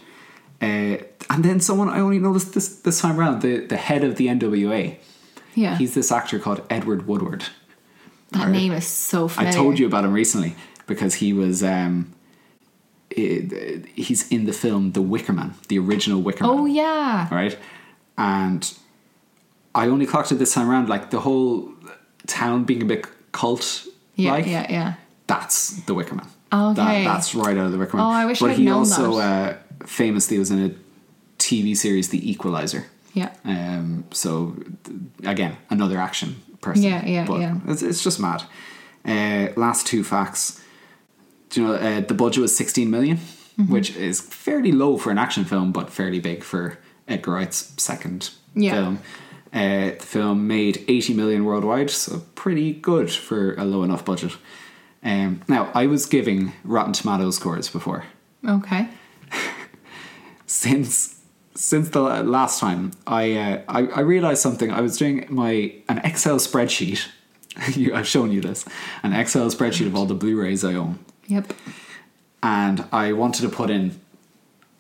Speaker 1: Uh, and then someone I only noticed this this time around the the head of the NWA.
Speaker 2: Yeah,
Speaker 1: He's this actor called Edward Woodward.
Speaker 2: that
Speaker 1: Or-
Speaker 2: name is so
Speaker 1: I
Speaker 2: familiar.
Speaker 1: told you about him recently because he was um, i- he's in the film The Wicker Man, the original Wicker Man
Speaker 2: Oh yeah,
Speaker 1: right? And I only clocked it this time around, like the whole town being a bit cult
Speaker 2: yeah,
Speaker 1: like.
Speaker 2: yeah, yeah.
Speaker 1: That's the Wicker Man.
Speaker 2: Okay.
Speaker 1: that's right out of the Wicker Man.
Speaker 2: Oh, I wish
Speaker 1: But
Speaker 2: I'd
Speaker 1: he
Speaker 2: known
Speaker 1: also
Speaker 2: that.
Speaker 1: Uh, famously was in a TV series, The Equalizer.
Speaker 2: Yeah.
Speaker 1: Um, so th- again, another action person.
Speaker 2: Yeah, yeah,
Speaker 1: but
Speaker 2: yeah.
Speaker 1: It's, it's just mad. Uh, last two facts. Do you know uh, the budget was 16 million,
Speaker 2: Mm-hmm.
Speaker 1: which is fairly low for an action film, but fairly big for Edgar Wright's second
Speaker 2: Yeah.
Speaker 1: film. Uh, the film made 80 million worldwide, so pretty good for a low enough budget. Um, now, I was giving Rotten Tomato scores before
Speaker 2: Okay.
Speaker 1: since since the la- last time I, uh, I I realized something. I was doing my an Excel spreadsheet. <laughs> you, I've shown you this an Excel spreadsheet of all the Blu-rays I own,
Speaker 2: Yep.
Speaker 1: and I wanted to put in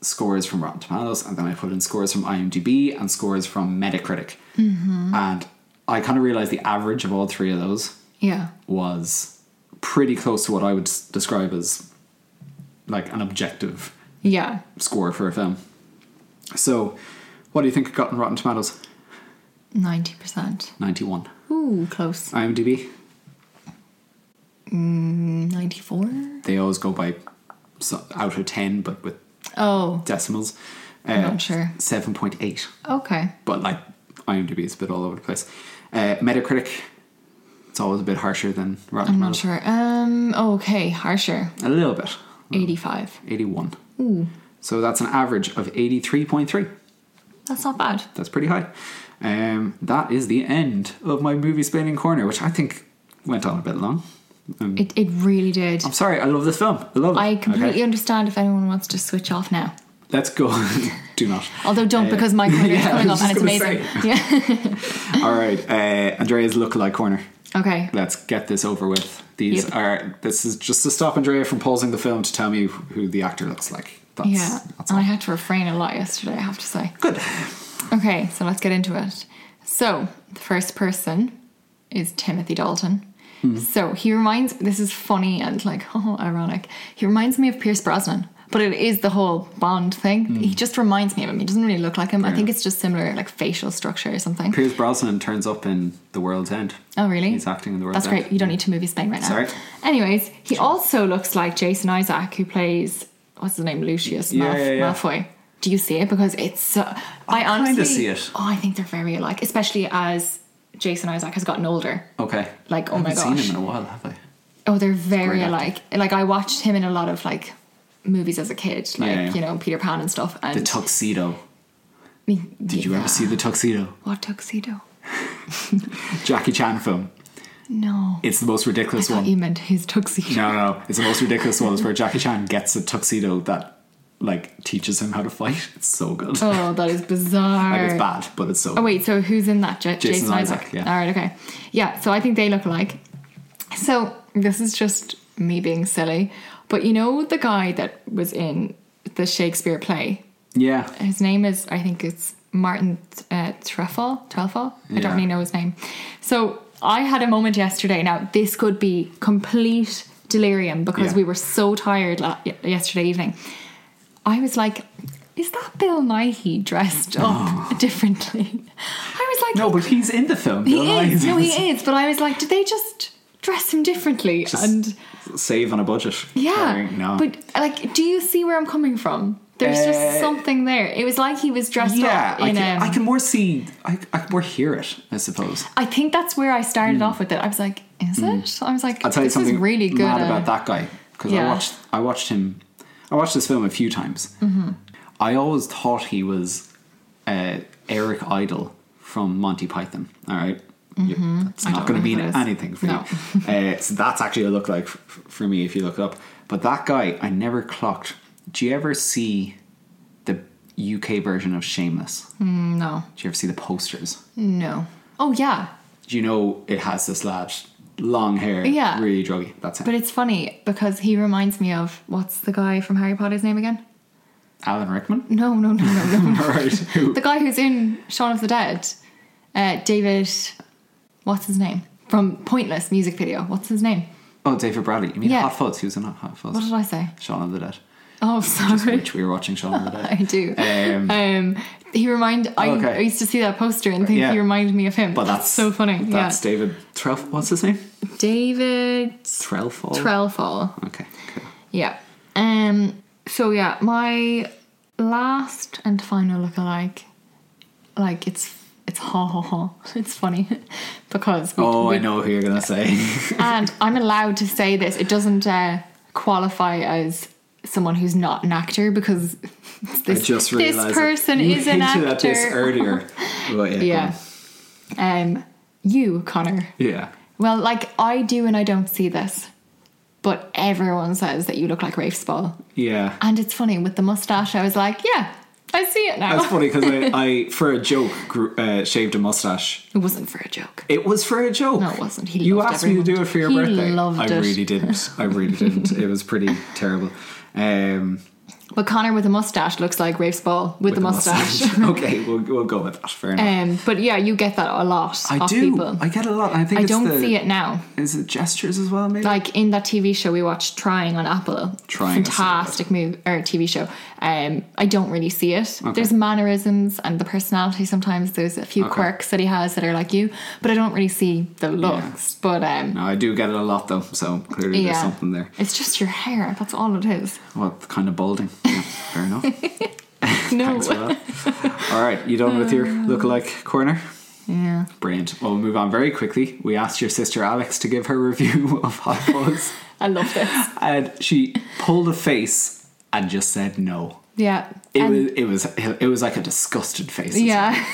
Speaker 1: scores from Rotten Tomatoes, and then I put in scores from IMDb and scores from Metacritic, and I kind of realized the average of all three of those
Speaker 2: Yeah.
Speaker 1: was pretty close to what I would s- describe as like an objective
Speaker 2: Yeah.
Speaker 1: score for a film. So, what do you think it got on Rotten Tomatoes?
Speaker 2: Ninety percent.
Speaker 1: 91.
Speaker 2: Ooh, close.
Speaker 1: IMDb,
Speaker 2: Ninety-four.
Speaker 1: they always go by so- out of 10, but with
Speaker 2: Oh.
Speaker 1: decimals. Uh,
Speaker 2: not sure.
Speaker 1: 7.8.
Speaker 2: Okay.
Speaker 1: But, like, IMDb is a bit all over the place. Uh, Metacritic, it's always a bit harsher than Rotten
Speaker 2: I'm not
Speaker 1: Tomatoes.
Speaker 2: sure. Um. Okay. Harsher.
Speaker 1: A little bit.
Speaker 2: Eighty-five.
Speaker 1: 81. So, that's an average of 83.3.
Speaker 2: That's not bad.
Speaker 1: That's pretty high. Um, that is the end of my movie spinning corner, which I think went on a bit long.
Speaker 2: It, it really did.
Speaker 1: I'm sorry, I love this film. I love it.
Speaker 2: I completely
Speaker 1: Okay.
Speaker 2: understand if anyone wants to switch off now.
Speaker 1: Let's go. <laughs> Do
Speaker 2: <laughs>
Speaker 1: not.
Speaker 2: Although don't
Speaker 1: Uh, <laughs>
Speaker 2: because my career
Speaker 1: yeah,
Speaker 2: is
Speaker 1: I
Speaker 2: coming up
Speaker 1: was
Speaker 2: and it's
Speaker 1: just
Speaker 2: amazing.
Speaker 1: gonna <laughs>
Speaker 2: Yeah.
Speaker 1: All right, uh, Andrea's lookalike corner.
Speaker 2: okay.
Speaker 1: Let's get this over with. These
Speaker 2: Yep.
Speaker 1: are. This is just to stop Andrea from pausing the film to tell me who the actor looks like. That's,
Speaker 2: Yeah.
Speaker 1: That's all.
Speaker 2: And I had to refrain a lot yesterday, I have to say.
Speaker 1: Good.
Speaker 2: Okay, so let's get into it. So the first person is Timothy Dalton.
Speaker 1: Hmm.
Speaker 2: So he reminds this is funny and like <laughs> oh ironic. He reminds me of Pierce Brosnan, but it is the whole Bond thing.
Speaker 1: Hmm.
Speaker 2: He just reminds me of him. He doesn't really look like him. I
Speaker 1: Fair
Speaker 2: think
Speaker 1: enough.
Speaker 2: it's just similar like facial structure or something.
Speaker 1: Piers Brosnan turns up in The World's End.
Speaker 2: Oh, really?
Speaker 1: He's acting in The World's
Speaker 2: That's
Speaker 1: End.
Speaker 2: great. You don't need to move his name right now.
Speaker 1: Sorry.
Speaker 2: Anyways, he also looks like Jason Isaac, who plays what's his name, Lucius
Speaker 1: Yeah,
Speaker 2: Malf-
Speaker 1: yeah, yeah.
Speaker 2: Malfoy. Do you see it? Because it's so. I,
Speaker 1: kinda
Speaker 2: honestly
Speaker 1: see it.
Speaker 2: Oh, I think they're very alike, especially as Jason Isaac has gotten older.
Speaker 1: Okay.
Speaker 2: Like, oh
Speaker 1: I
Speaker 2: my
Speaker 1: haven't
Speaker 2: gosh.
Speaker 1: seen him in a while, have I?
Speaker 2: Oh, they're very
Speaker 1: Great actor.
Speaker 2: alike. Like I watched him in a lot of like movies as a kid, like
Speaker 1: yeah.
Speaker 2: you know Peter Pan and stuff. And
Speaker 1: The tuxedo. Did you ever see the tuxedo?
Speaker 2: what tuxedo?
Speaker 1: Jackie Chan film.
Speaker 2: No,
Speaker 1: It's the most
Speaker 2: I
Speaker 1: ridiculous
Speaker 2: thought
Speaker 1: one.
Speaker 2: you meant his tuxedo.
Speaker 1: No, no, it's the most ridiculous one. It's where Jackie Chan gets a tuxedo that like teaches him how to fight. <laughs> It's so good.
Speaker 2: Oh,
Speaker 1: <laughs>
Speaker 2: that is bizarre.
Speaker 1: like it's bad, but it's so.
Speaker 2: Oh wait, so who's in that? J-
Speaker 1: Jason
Speaker 2: Jason,
Speaker 1: Isaac,
Speaker 2: Isaac.
Speaker 1: yeah.
Speaker 2: All right. Okay. Yeah. So I think they look alike. So this is just me being silly, but you know the guy that was in the Shakespeare play.
Speaker 1: Yeah.
Speaker 2: His name is I think it's Martin uh, Treffel. Treffel. I
Speaker 1: Yeah.
Speaker 2: don't really know his name. So I had a moment yesterday. Now this could be complete delirium because
Speaker 1: Yeah.
Speaker 2: we were so tired la- y- yesterday evening. I was like, is that Bill Nighy dressed up <laughs> differently? I was like,
Speaker 1: No, but he's in the film.
Speaker 2: he
Speaker 1: Bill Nye
Speaker 2: is. No,
Speaker 1: in
Speaker 2: he is. But I was like, did they just dress him differently? and
Speaker 1: it. <laughs> Save on a budget.
Speaker 2: yeah,
Speaker 1: Sorry, No.
Speaker 2: But like, do you see where I'm coming from? There's
Speaker 1: Uh,
Speaker 2: just something there. It was like he was dressed
Speaker 1: yeah,
Speaker 2: up
Speaker 1: I
Speaker 2: in
Speaker 1: can,
Speaker 2: um,
Speaker 1: I can more see. I, I can more hear it. I suppose.
Speaker 2: I think that's where I started off with it. I was like, is it? I was like,
Speaker 1: Hmm. I'll tell you
Speaker 2: this is
Speaker 1: something
Speaker 2: really good.
Speaker 1: mad
Speaker 2: uh,
Speaker 1: about that guy because I
Speaker 2: Yeah.
Speaker 1: watched I watched him I watched this film a few times.
Speaker 2: Mm-hmm.
Speaker 1: I always thought he was uh, Eric Idle from Monty Python. All right? You- that's
Speaker 2: Mm-hmm. I
Speaker 1: not going
Speaker 2: don't
Speaker 1: to
Speaker 2: know who
Speaker 1: mean
Speaker 2: that is.
Speaker 1: anything for
Speaker 2: No.
Speaker 1: you.
Speaker 2: <laughs>
Speaker 1: uh, so that's actually a look like f- for me if you look it up. But that guy, I never clocked. Do you ever see the UK version of Shameless?
Speaker 2: No,
Speaker 1: Do you ever see the posters?
Speaker 2: no. Oh yeah,
Speaker 1: Do you know it has this lad, long hair,
Speaker 2: Yeah.
Speaker 1: really druggy? That's him.
Speaker 2: but it's funny because he reminds me of what's the guy from Harry Potter's name again?
Speaker 1: Alan Rickman?
Speaker 2: No, no, no, no,
Speaker 1: <laughs>
Speaker 2: no.
Speaker 1: All right. Who?
Speaker 2: <laughs> the guy who's in Shaun of the Dead, uh, David, what's his name from Pointless music video? What's his name?
Speaker 1: Oh, David Bradley. You mean
Speaker 2: Yeah.
Speaker 1: Hot Fuzz? He was in Hot Fuzz.
Speaker 2: What did I say?
Speaker 1: Shaun of the Dead.
Speaker 2: Oh, <laughs> sorry.
Speaker 1: Which we were watching Shaun of the
Speaker 2: <laughs> I
Speaker 1: Dead.
Speaker 2: do.
Speaker 1: Um,
Speaker 2: Um, he remind I,
Speaker 1: Okay.
Speaker 2: I used to see that poster and think
Speaker 1: Yeah.
Speaker 2: he reminded me of him.
Speaker 1: But that's
Speaker 2: so funny.
Speaker 1: That's
Speaker 2: yeah,
Speaker 1: David Trelf. What's his name?
Speaker 2: David
Speaker 1: Trelfall.
Speaker 2: Trelfall.
Speaker 1: Okay. cool.
Speaker 2: Yeah. Um. So yeah, my last and final lookalike, like it's it's ha ha ha. <laughs> It's funny because we,
Speaker 1: Oh,
Speaker 2: we,
Speaker 1: I know who you're gonna say.
Speaker 2: <laughs>
Speaker 1: <laughs>
Speaker 2: and I'm allowed to say this. It doesn't uh, qualify as someone who's not an actor because <laughs>
Speaker 1: I
Speaker 2: this,
Speaker 1: just
Speaker 2: this
Speaker 1: realized
Speaker 2: person
Speaker 1: you
Speaker 2: is an
Speaker 1: hinted
Speaker 2: actor.
Speaker 1: at this
Speaker 2: <laughs>
Speaker 1: earlier. But yeah. go
Speaker 2: Yeah. Um, you, Connor.
Speaker 1: on. Yeah.
Speaker 2: Well, like I do, and I don't see this, but everyone says that you look like Rafe Spall,
Speaker 1: Yeah.
Speaker 2: and it's funny with the mustache. I was like, yeah, I see it now.
Speaker 1: That's funny because
Speaker 2: <laughs>
Speaker 1: I, I, for a joke, grew, uh, shaved a mustache.
Speaker 2: It wasn't for a joke.
Speaker 1: It was for a joke.
Speaker 2: No, it wasn't. He
Speaker 1: you
Speaker 2: loved
Speaker 1: asked
Speaker 2: every
Speaker 1: me to do it
Speaker 2: moment.
Speaker 1: for your
Speaker 2: He
Speaker 1: birthday.
Speaker 2: loved
Speaker 1: I
Speaker 2: it.
Speaker 1: really didn't. I really didn't. it was
Speaker 2: <laughs>
Speaker 1: pretty terrible. Um,
Speaker 2: But Connor with a mustache looks like Rafe Spall with, the mustache.
Speaker 1: <laughs>
Speaker 2: <laughs>
Speaker 1: okay, we'll, we'll go with that. Fair enough.
Speaker 2: um, but yeah, you get that a lot
Speaker 1: I
Speaker 2: of
Speaker 1: do.
Speaker 2: people.
Speaker 1: I get a lot. I think
Speaker 2: I
Speaker 1: it's
Speaker 2: don't
Speaker 1: the,
Speaker 2: see it now.
Speaker 1: Is it gestures as well? Maybe.
Speaker 2: like in that TV show we watched, Trying on Apple.
Speaker 1: Trying, I see
Speaker 2: fantastic movie or TV show. Um, I don't really see it. There's mannerisms and the personality. Sometimes there's a few
Speaker 1: Okay.
Speaker 2: quirks that he has that are like you, but I don't really see the looks. But um,
Speaker 1: no, I do get it a lot though. So clearly
Speaker 2: yeah,
Speaker 1: there's something there.
Speaker 2: It's just your hair. That's all
Speaker 1: <laughs>
Speaker 2: it is.
Speaker 1: Well, it's kind of balding. Yeah, fair
Speaker 2: <laughs>
Speaker 1: enough.
Speaker 2: No.
Speaker 1: Thanks for that.
Speaker 2: <laughs>
Speaker 1: All right, you done with your lookalike corner?
Speaker 2: Um, yeah.
Speaker 1: Brilliant. Well, we'll move on very quickly. We asked your sister Alex to give her review <laughs> of Hot Fuzz,
Speaker 2: I love this.
Speaker 1: and she pulled a face and just said no.
Speaker 2: Yeah.
Speaker 1: It
Speaker 2: And-
Speaker 1: was it was it was like a disgusted face.
Speaker 2: yeah.
Speaker 1: to that.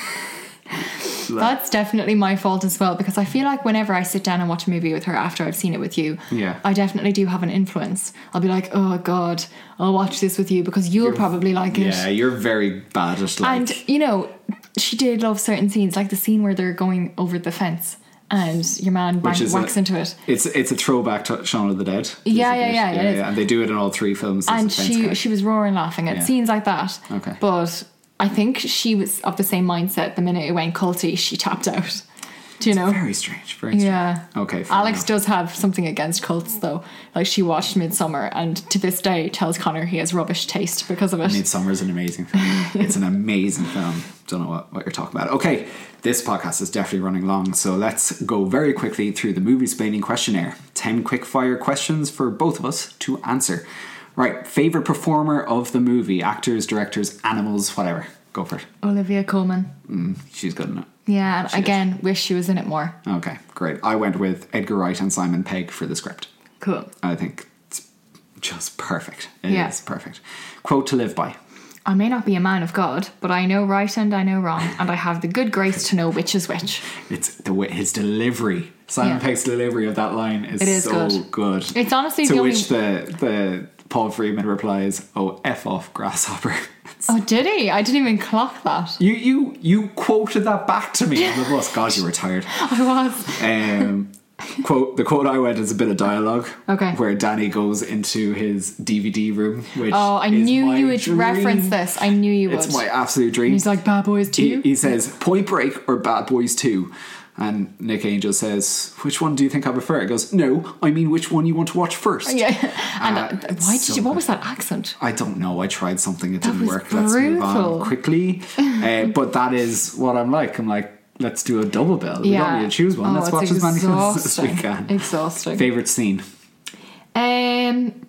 Speaker 2: <laughs> That's definitely my fault as well because I feel like whenever I sit down and watch a movie with her after I've seen it with you,
Speaker 1: Yeah.
Speaker 2: I definitely do have an influence. I'll be like, oh god, I'll watch this with you because you'll probably like it.
Speaker 1: yeah, you're very bad at like.
Speaker 2: And you know, she did love certain scenes, like the scene where they're going over the fence and your man bang,
Speaker 1: is
Speaker 2: whacks
Speaker 1: a-
Speaker 2: into it.
Speaker 1: it's it's a throwback to Shaun of the Dead.
Speaker 2: Yeah, yeah,
Speaker 1: Isn't it?
Speaker 2: yeah, it is.
Speaker 1: And they do it in all three films. there's
Speaker 2: and
Speaker 1: a fence
Speaker 2: she
Speaker 1: guy.
Speaker 2: she was roaring laughing at
Speaker 1: Yeah.
Speaker 2: scenes like that.
Speaker 1: Okay.
Speaker 2: But I think she was of the same mindset. The minute it went culty, she tapped out. Do you know?
Speaker 1: very strange. Very strange.
Speaker 2: yeah.
Speaker 1: Okay. fair
Speaker 2: Alex
Speaker 1: enough.
Speaker 2: does have something against cults, though. Like she watched Midsummer, and to this day tells Connor he has rubbish taste because of it.
Speaker 1: Midsummer is an amazing film. it's an amazing film. Don't know what, what you're talking about. Okay, this podcast is definitely running long, so let's go very quickly through the movie explaining questionnaire. 10 quick fire questions for both of us to answer. Right, favorite performer of the movie, actors, directors, animals, whatever. Go for it.
Speaker 2: Olivia Coleman.
Speaker 1: She's good in it.
Speaker 2: Yeah.
Speaker 1: is.
Speaker 2: and again, wish she was in it more.
Speaker 1: Okay, great. I went with Edgar Wright and Simon Pegg for the script.
Speaker 2: Cool.
Speaker 1: I think it's just perfect. It is
Speaker 2: Yeah.
Speaker 1: perfect. Quote to live by.
Speaker 2: I may not be a man of God, but I know right and I know wrong, and I have the good grace to know which is which.
Speaker 1: It's the way his delivery. Simon
Speaker 2: Yeah.
Speaker 1: Pegg's delivery of that line is,
Speaker 2: It is
Speaker 1: so good.
Speaker 2: good. It's honestly
Speaker 1: to
Speaker 2: the
Speaker 1: which the the Paul Freeman replies, "Oh f off, grasshopper." <laughs>
Speaker 2: Oh, did he? I didn't even clock that.
Speaker 1: you you you quoted that back to me on the bus. God, you were tired.
Speaker 2: <laughs> I was.
Speaker 1: Um, quote the quote I went is a bit of dialogue.
Speaker 2: Okay.
Speaker 1: where Danny goes into his DVD room. Which
Speaker 2: Oh, I
Speaker 1: is
Speaker 2: knew
Speaker 1: my
Speaker 2: you would
Speaker 1: dream.
Speaker 2: reference this. I knew you would.
Speaker 1: It's my absolute dream.
Speaker 2: He's like bad boys
Speaker 1: he,
Speaker 2: too.
Speaker 1: he says Point Break or Bad Boys 2. And Nick Angel says, Which one do you think I prefer? It goes, No, I mean, which one you want to watch first?
Speaker 2: <laughs> yeah. And
Speaker 1: Ah,
Speaker 2: uh,
Speaker 1: it's
Speaker 2: why did
Speaker 1: so
Speaker 2: you? What
Speaker 1: good.
Speaker 2: was that accent?
Speaker 1: I don't know. I tried something, it didn't
Speaker 2: was
Speaker 1: work. Let's move on
Speaker 2: brutal.
Speaker 1: quickly.
Speaker 2: <laughs>
Speaker 1: Uh, but that is what I'm like. I'm like, Let's do a double bill. We don't need to choose one.
Speaker 2: Oh,
Speaker 1: Let's
Speaker 2: it's
Speaker 1: watch as many <laughs> films as we
Speaker 2: exhausting.
Speaker 1: can.
Speaker 2: Exhausting.
Speaker 1: Favorite scene?
Speaker 2: Um,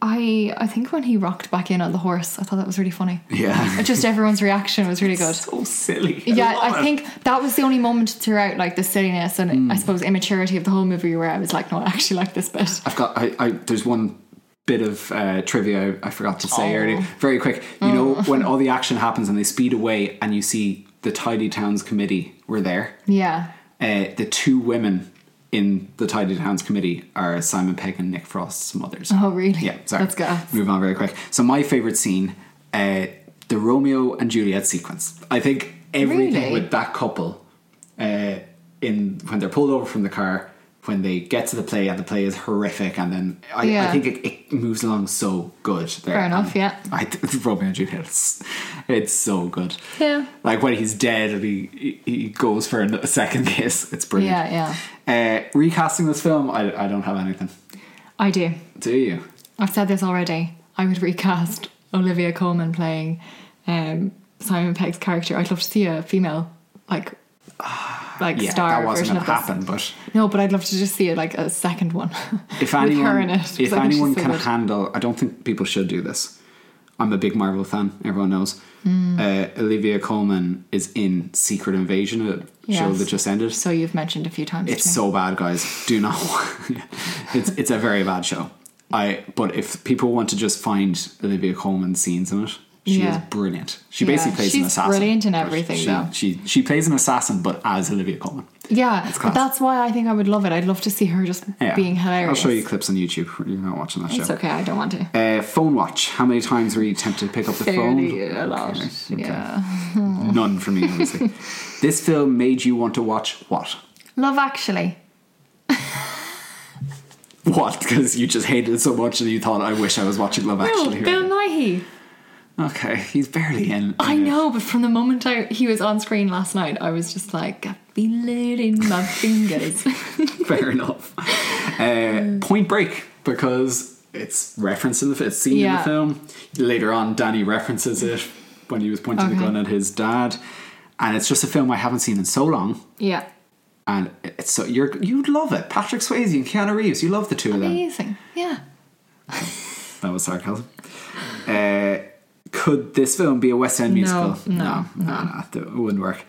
Speaker 2: I I think when he rocked back in on the horse, I thought that was really funny. <laughs>
Speaker 1: <laughs> Yeah.
Speaker 2: Just everyone's reaction was
Speaker 1: <laughs>
Speaker 2: really good.
Speaker 1: so silly.
Speaker 2: Yeah,
Speaker 1: love
Speaker 2: I
Speaker 1: it.
Speaker 2: think that was the only moment throughout, like the silliness and
Speaker 1: Hmm.
Speaker 2: I suppose immaturity of the whole movie, where I was like, "No, I actually like this bit."
Speaker 1: I've got. I, I there's one bit of uh, trivia I, I forgot to say
Speaker 2: Oh.
Speaker 1: earlier. Very quick. You know when all the action happens and they speed away and you see the Tidy Towns committee were there.
Speaker 2: Yeah,
Speaker 1: Uh, the two women in the Tidy Towns committee are Simon Pegg and Nick Frost's mothers.
Speaker 2: Oh, really?
Speaker 1: Yeah. Sorry.
Speaker 2: Let's go.
Speaker 1: Move on very quick. So my favorite scene, uh, the Romeo and Juliet sequence. I think everything
Speaker 2: Really?
Speaker 1: with that couple, uh, in when they're pulled over from the car, when they get to the play and the play is horrific, and then I, I
Speaker 2: Yeah.
Speaker 1: think it, it moves along so good. There. Um,
Speaker 2: Fair enough,
Speaker 1: And
Speaker 2: yeah.
Speaker 1: I <laughs> th- Romeo and Juliet. It's, it's so good.
Speaker 2: Yeah.
Speaker 1: Like when he's dead and he he he goes for a second <laughs> kiss. It's brilliant.
Speaker 2: yeah, yeah.
Speaker 1: Uh, recasting this film, I, I don't have anything.
Speaker 2: I do.
Speaker 1: Do you?
Speaker 2: I've said this already. I would recast Olivia Coleman playing um, Simon Pegg's character. I'd love to see a female like <sighs> like
Speaker 1: Yeah,
Speaker 2: star
Speaker 1: that wasn't
Speaker 2: version
Speaker 1: going
Speaker 2: of
Speaker 1: to
Speaker 2: this.
Speaker 1: happen, but
Speaker 2: No, but I'd love to just see it like a second one
Speaker 1: <laughs> if
Speaker 2: with
Speaker 1: anyone,
Speaker 2: her in it. 'cause <laughs>
Speaker 1: if
Speaker 2: I think she's
Speaker 1: anyone
Speaker 2: so
Speaker 1: can
Speaker 2: good.
Speaker 1: handle, I don't think people should do this. I'm a big Marvel fan. Everyone knows.
Speaker 2: Hmm.
Speaker 1: Uh, Olivia Coleman is in Secret Invasion, a show
Speaker 2: Yes.
Speaker 1: that just ended.
Speaker 2: so you've mentioned a few times.
Speaker 1: It's
Speaker 2: to me.
Speaker 1: so bad, guys. Do not. <laughs> it's it's a very bad show. I but if people want to just find Olivia Coleman scenes in it, she
Speaker 2: Yeah.
Speaker 1: is brilliant. She
Speaker 2: Yeah,
Speaker 1: basically plays an
Speaker 2: she's
Speaker 1: assassin.
Speaker 2: brilliant in
Speaker 1: but
Speaker 2: everything,
Speaker 1: she,
Speaker 2: though.
Speaker 1: She she plays an assassin, but as Olivia Coleman.
Speaker 2: yeah,
Speaker 1: class.
Speaker 2: but that's why I think I would love it. I'd love to see her just
Speaker 1: Yeah.
Speaker 2: being hilarious.
Speaker 1: I'll show you clips on YouTube. You're not watching that show.
Speaker 2: It's okay. I don't want to.
Speaker 1: Uh, phone watch. How many times were you tempted to pick up the
Speaker 2: Fairly
Speaker 1: phone?
Speaker 2: a lot.
Speaker 1: Okay, okay.
Speaker 2: Yeah.
Speaker 1: None for me,
Speaker 2: <laughs>
Speaker 1: obviously. this film made you want to watch what?
Speaker 2: Love Actually.
Speaker 1: What? Because you just hated it so much that you thought, I wish I was watching Love
Speaker 2: No,
Speaker 1: Actually. right
Speaker 2: Bill
Speaker 1: now."
Speaker 2: Nighy.
Speaker 1: Okay, he's barely
Speaker 2: <laughs>
Speaker 1: in.
Speaker 2: I
Speaker 1: in it.
Speaker 2: know, but from the moment I, he was on screen last night, I was just like, I feel it in my <laughs> fingers.
Speaker 1: Fair enough. Uh, Point Break, because it's referenced in the, it's seen in the
Speaker 2: Yeah.
Speaker 1: film. Later on, Danny references it when he was pointing the
Speaker 2: Okay.
Speaker 1: gun at his dad. And it's just a film I haven't seen in so long.
Speaker 2: yeah.
Speaker 1: And it's so you're you'd love it. Patrick Swayze and Keanu Reeves, you love the two of them.
Speaker 2: Amazing. Yeah.
Speaker 1: That was sarcasm. Uh, could this film be a West End musical?
Speaker 2: no,
Speaker 1: no, no, no, it wouldn't work.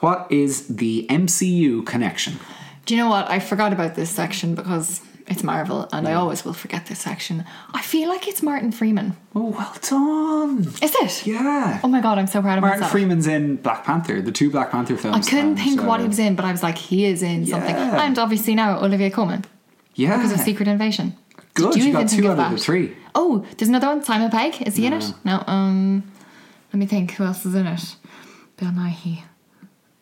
Speaker 1: What is the MCU connection?
Speaker 2: Do you know what? I forgot about this section because it's Marvel, and I always will forget this section. I feel like it's Martin Freeman.
Speaker 1: Oh, well done.
Speaker 2: Is it?
Speaker 1: Yeah.
Speaker 2: Oh my god, I'm so proud of
Speaker 1: Martin
Speaker 2: myself.
Speaker 1: Freeman's in Black Panther, the two Black Panther
Speaker 2: I
Speaker 1: films.
Speaker 2: couldn't
Speaker 1: and,
Speaker 2: think what
Speaker 1: uh,
Speaker 2: he was in, but I was like, he is in something.
Speaker 1: Yeah.
Speaker 2: And obviously now Olivia Coleman
Speaker 1: Yeah.
Speaker 2: because of Secret Invasion.
Speaker 1: Good,
Speaker 2: Did
Speaker 1: you,
Speaker 2: even
Speaker 1: got
Speaker 2: think
Speaker 1: two out of the
Speaker 2: that?
Speaker 1: three.
Speaker 2: Oh, there's another one. Simon Pegg is he in it? No. Um, let me think. Who else is in it? Bill Nighy.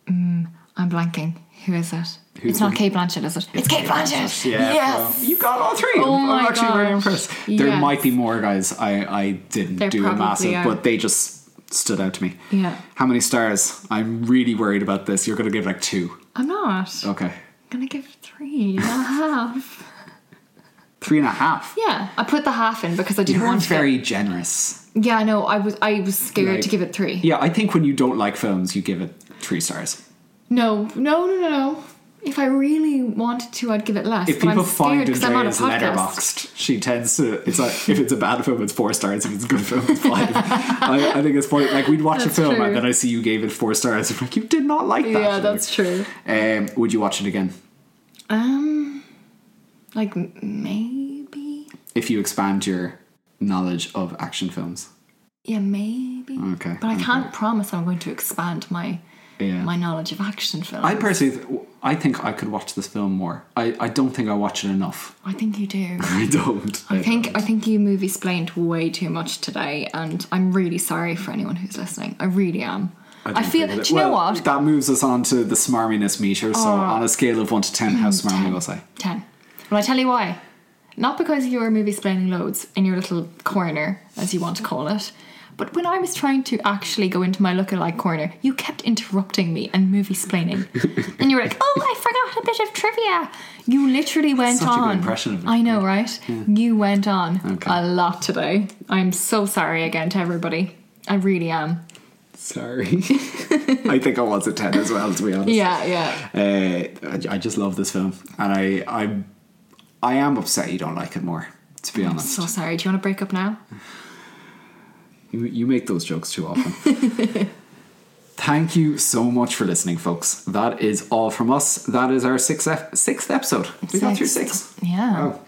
Speaker 2: Mm, I'm blanking. Who is it?
Speaker 1: Who's
Speaker 2: it's not
Speaker 1: in-
Speaker 2: Kate Blanchett, is it? It's, Kate Blanchett.
Speaker 1: Yeah,
Speaker 2: Yes.
Speaker 1: well, you got all three.
Speaker 2: Oh
Speaker 1: I'm
Speaker 2: my
Speaker 1: actually very
Speaker 2: gosh.
Speaker 1: impressed. There
Speaker 2: Yes.
Speaker 1: might be more guys. I I didn't
Speaker 2: There
Speaker 1: do a
Speaker 2: probably
Speaker 1: massive,
Speaker 2: are.
Speaker 1: but they just stood out to me.
Speaker 2: Yeah.
Speaker 1: How many stars? I'm really worried about this. You're going to give like two.
Speaker 2: I'm not.
Speaker 1: Okay.
Speaker 2: I'm gonna give three and a half.
Speaker 1: Three and a half.
Speaker 2: <laughs> Yeah, I put the half in because I didn't
Speaker 1: You're
Speaker 2: want to.
Speaker 1: very generous.
Speaker 2: Get, yeah, I know. I was I was scared
Speaker 1: Like-
Speaker 2: to give it three.
Speaker 1: Yeah, I think when you don't like films, you give it three stars.
Speaker 2: No, no, no, no, no. If I really wanted to, I'd give it less.
Speaker 1: If
Speaker 2: but
Speaker 1: people
Speaker 2: I'm scared
Speaker 1: find
Speaker 2: because I'm on a
Speaker 1: Andrea's
Speaker 2: podcast.
Speaker 1: letterboxed, she tends to. It's like if it's a bad film, it's four stars. If it's a good film, it's
Speaker 2: <laughs>
Speaker 1: five. I, I think it's point. Like we'd watch a
Speaker 2: That's
Speaker 1: film
Speaker 2: true.
Speaker 1: and then I see you gave it four stars. I'm like, you did not like that.
Speaker 2: Yeah,
Speaker 1: Like,
Speaker 2: that's true.
Speaker 1: Um, would you watch it again
Speaker 2: Um, like m- maybe.
Speaker 1: if you expand your knowledge of action films?
Speaker 2: Yeah, maybe.
Speaker 1: Okay, Um,
Speaker 2: But I
Speaker 1: okay.
Speaker 2: can't promise I'm going to expand my
Speaker 1: Yeah.
Speaker 2: my knowledge of action films.
Speaker 1: I personally, th- I think I could watch this film more. I, I don't think I watch it enough. <laughs>
Speaker 2: I think you do.
Speaker 1: I don't.
Speaker 2: I think I think you movie splained way too much today, and I'm really sorry for anyone who's listening. I really am. I,
Speaker 1: don't
Speaker 2: feel.
Speaker 1: think
Speaker 2: Do
Speaker 1: it is.
Speaker 2: you know
Speaker 1: Well,
Speaker 2: what? Oh.
Speaker 1: That moves us on to the smarminess meter. So on a scale of one to ten, how smarmy was I?
Speaker 2: Mm, Ten. Well, I tell you why. Not because you were movie splaining loads in your little corner, as you want to call it, but when I was trying to actually go into my lookalike corner, you kept interrupting me and movie
Speaker 1: <laughs>
Speaker 2: splaining. and you were like, "Oh, I forgot a bit of trivia." You literally went
Speaker 1: such a good
Speaker 2: on.
Speaker 1: impression of me.
Speaker 2: I know, right? You went on
Speaker 1: Okay.
Speaker 2: a lot today. I'm so sorry again to everybody. I really am.
Speaker 1: Sorry.
Speaker 2: <laughs>
Speaker 1: I think I was a 10 as well, to be honest.
Speaker 2: Yeah, yeah.
Speaker 1: Uh, I, I just love this film. And I, I I am upset you don't like it more, to be honest.
Speaker 2: So sorry. Do you want to break up now?
Speaker 1: You, you make those jokes too
Speaker 2: <laughs>
Speaker 1: often. Thank you so much for listening, folks. That is all from us. That is our sixth, ep- sixth episode. We got through
Speaker 2: Sixth.
Speaker 1: six.
Speaker 2: Yeah.
Speaker 1: Wow.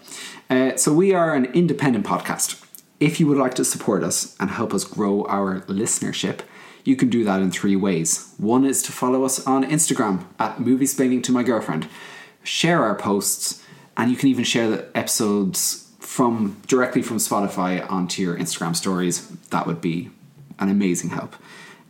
Speaker 1: Uh, so we are an independent podcast. If you would like to support us and help us grow our listenership, you can do that in three ways. One is to follow us on Instagram at Movie Splaining to My Girlfriend, share our posts, and you can even share the episodes from directly from Spotify onto your Instagram stories. That would be an amazing help.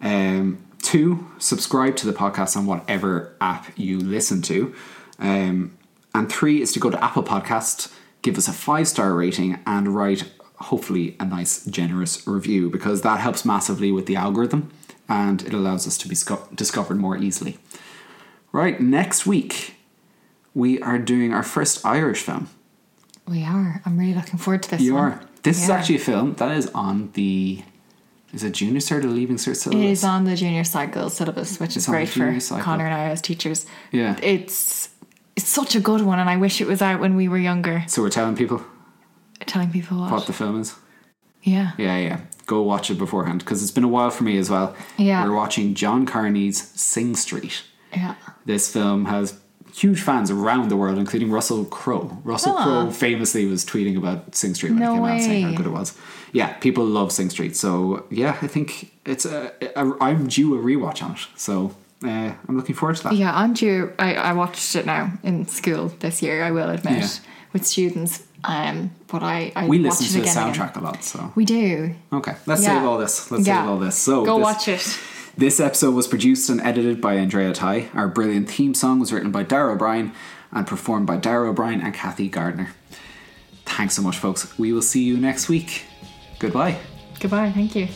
Speaker 1: Um, two, subscribe to the podcast on whatever app you listen to. Um, and three is to go to Apple Podcast, give us a five star rating, and write hopefully a nice, generous review because that helps massively with the algorithm and it allows us to be sco- discovered more easily. Right, next week we are doing our first Irish film.
Speaker 2: We are. I'm really looking forward to this.
Speaker 1: You
Speaker 2: one.
Speaker 1: are. This is
Speaker 2: Yeah.
Speaker 1: actually a film that is on the. Is it Junior Cert or Leaving Cert?
Speaker 2: It
Speaker 1: syllabus?
Speaker 2: is on the junior cycle syllabus, which
Speaker 1: It's
Speaker 2: is
Speaker 1: on the
Speaker 2: great for
Speaker 1: junior cycle.
Speaker 2: Connor and I as teachers.
Speaker 1: Yeah.
Speaker 2: It's it's such a good one, and I wish it was out when we were younger.
Speaker 1: So we're telling people
Speaker 2: Telling people what.
Speaker 1: what the film is.
Speaker 2: yeah.
Speaker 1: Yeah, yeah. Go watch it beforehand because it's been a while for me as well.
Speaker 2: Yeah.
Speaker 1: We're watching John Carney's Sing Street.
Speaker 2: Yeah.
Speaker 1: This film has huge fans around the world, including Russell Crowe. Russell
Speaker 2: Ah.
Speaker 1: Crowe famously was tweeting about Sing Street when
Speaker 2: No
Speaker 1: it came out, saying
Speaker 2: way.
Speaker 1: how good it was. Yeah, people love Sing Street. So yeah, I think it's a, a I'm due a rewatch on it. So uh, I'm looking forward to that.
Speaker 2: Yeah, I'm due. I, I watched it now in school this year, I will admit,
Speaker 1: Yeah.
Speaker 2: with students. Um, but I, I
Speaker 1: We
Speaker 2: watched
Speaker 1: listen to
Speaker 2: it
Speaker 1: the
Speaker 2: again and again.
Speaker 1: soundtrack a lot, so
Speaker 2: We do.
Speaker 1: okay. Let's
Speaker 2: Yeah.
Speaker 1: save all this. Let's
Speaker 2: Yeah.
Speaker 1: save all this. So
Speaker 2: Go
Speaker 1: this-
Speaker 2: watch it.
Speaker 1: This episode was produced and edited by Andrea Tai. Our brilliant theme song was written by Dara O'Brien and performed by Dara O'Brien and Kathy Gardner. Thanks so much, folks. We will see you next week. Goodbye.
Speaker 2: Goodbye. Thank you.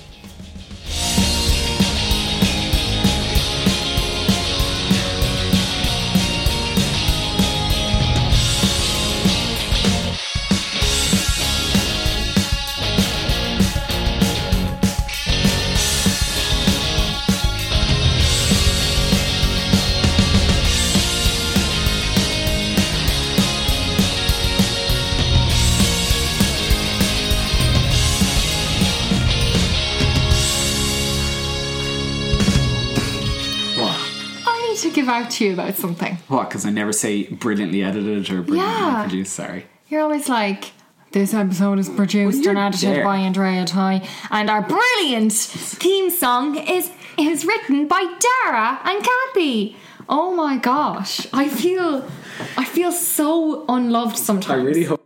Speaker 1: What?
Speaker 2: I need to give out to you about something.
Speaker 1: What? Because I never say brilliantly edited or brilliantly
Speaker 2: Yeah.
Speaker 1: produced. Sorry.
Speaker 2: You're always like, this episode is produced
Speaker 1: you're
Speaker 2: and edited
Speaker 1: there.
Speaker 2: by Andrea Ty, and our brilliant theme song is is written by Dara and Kathy. Oh my gosh, I feel I feel so unloved
Speaker 1: I
Speaker 2: sometimes.
Speaker 1: really hope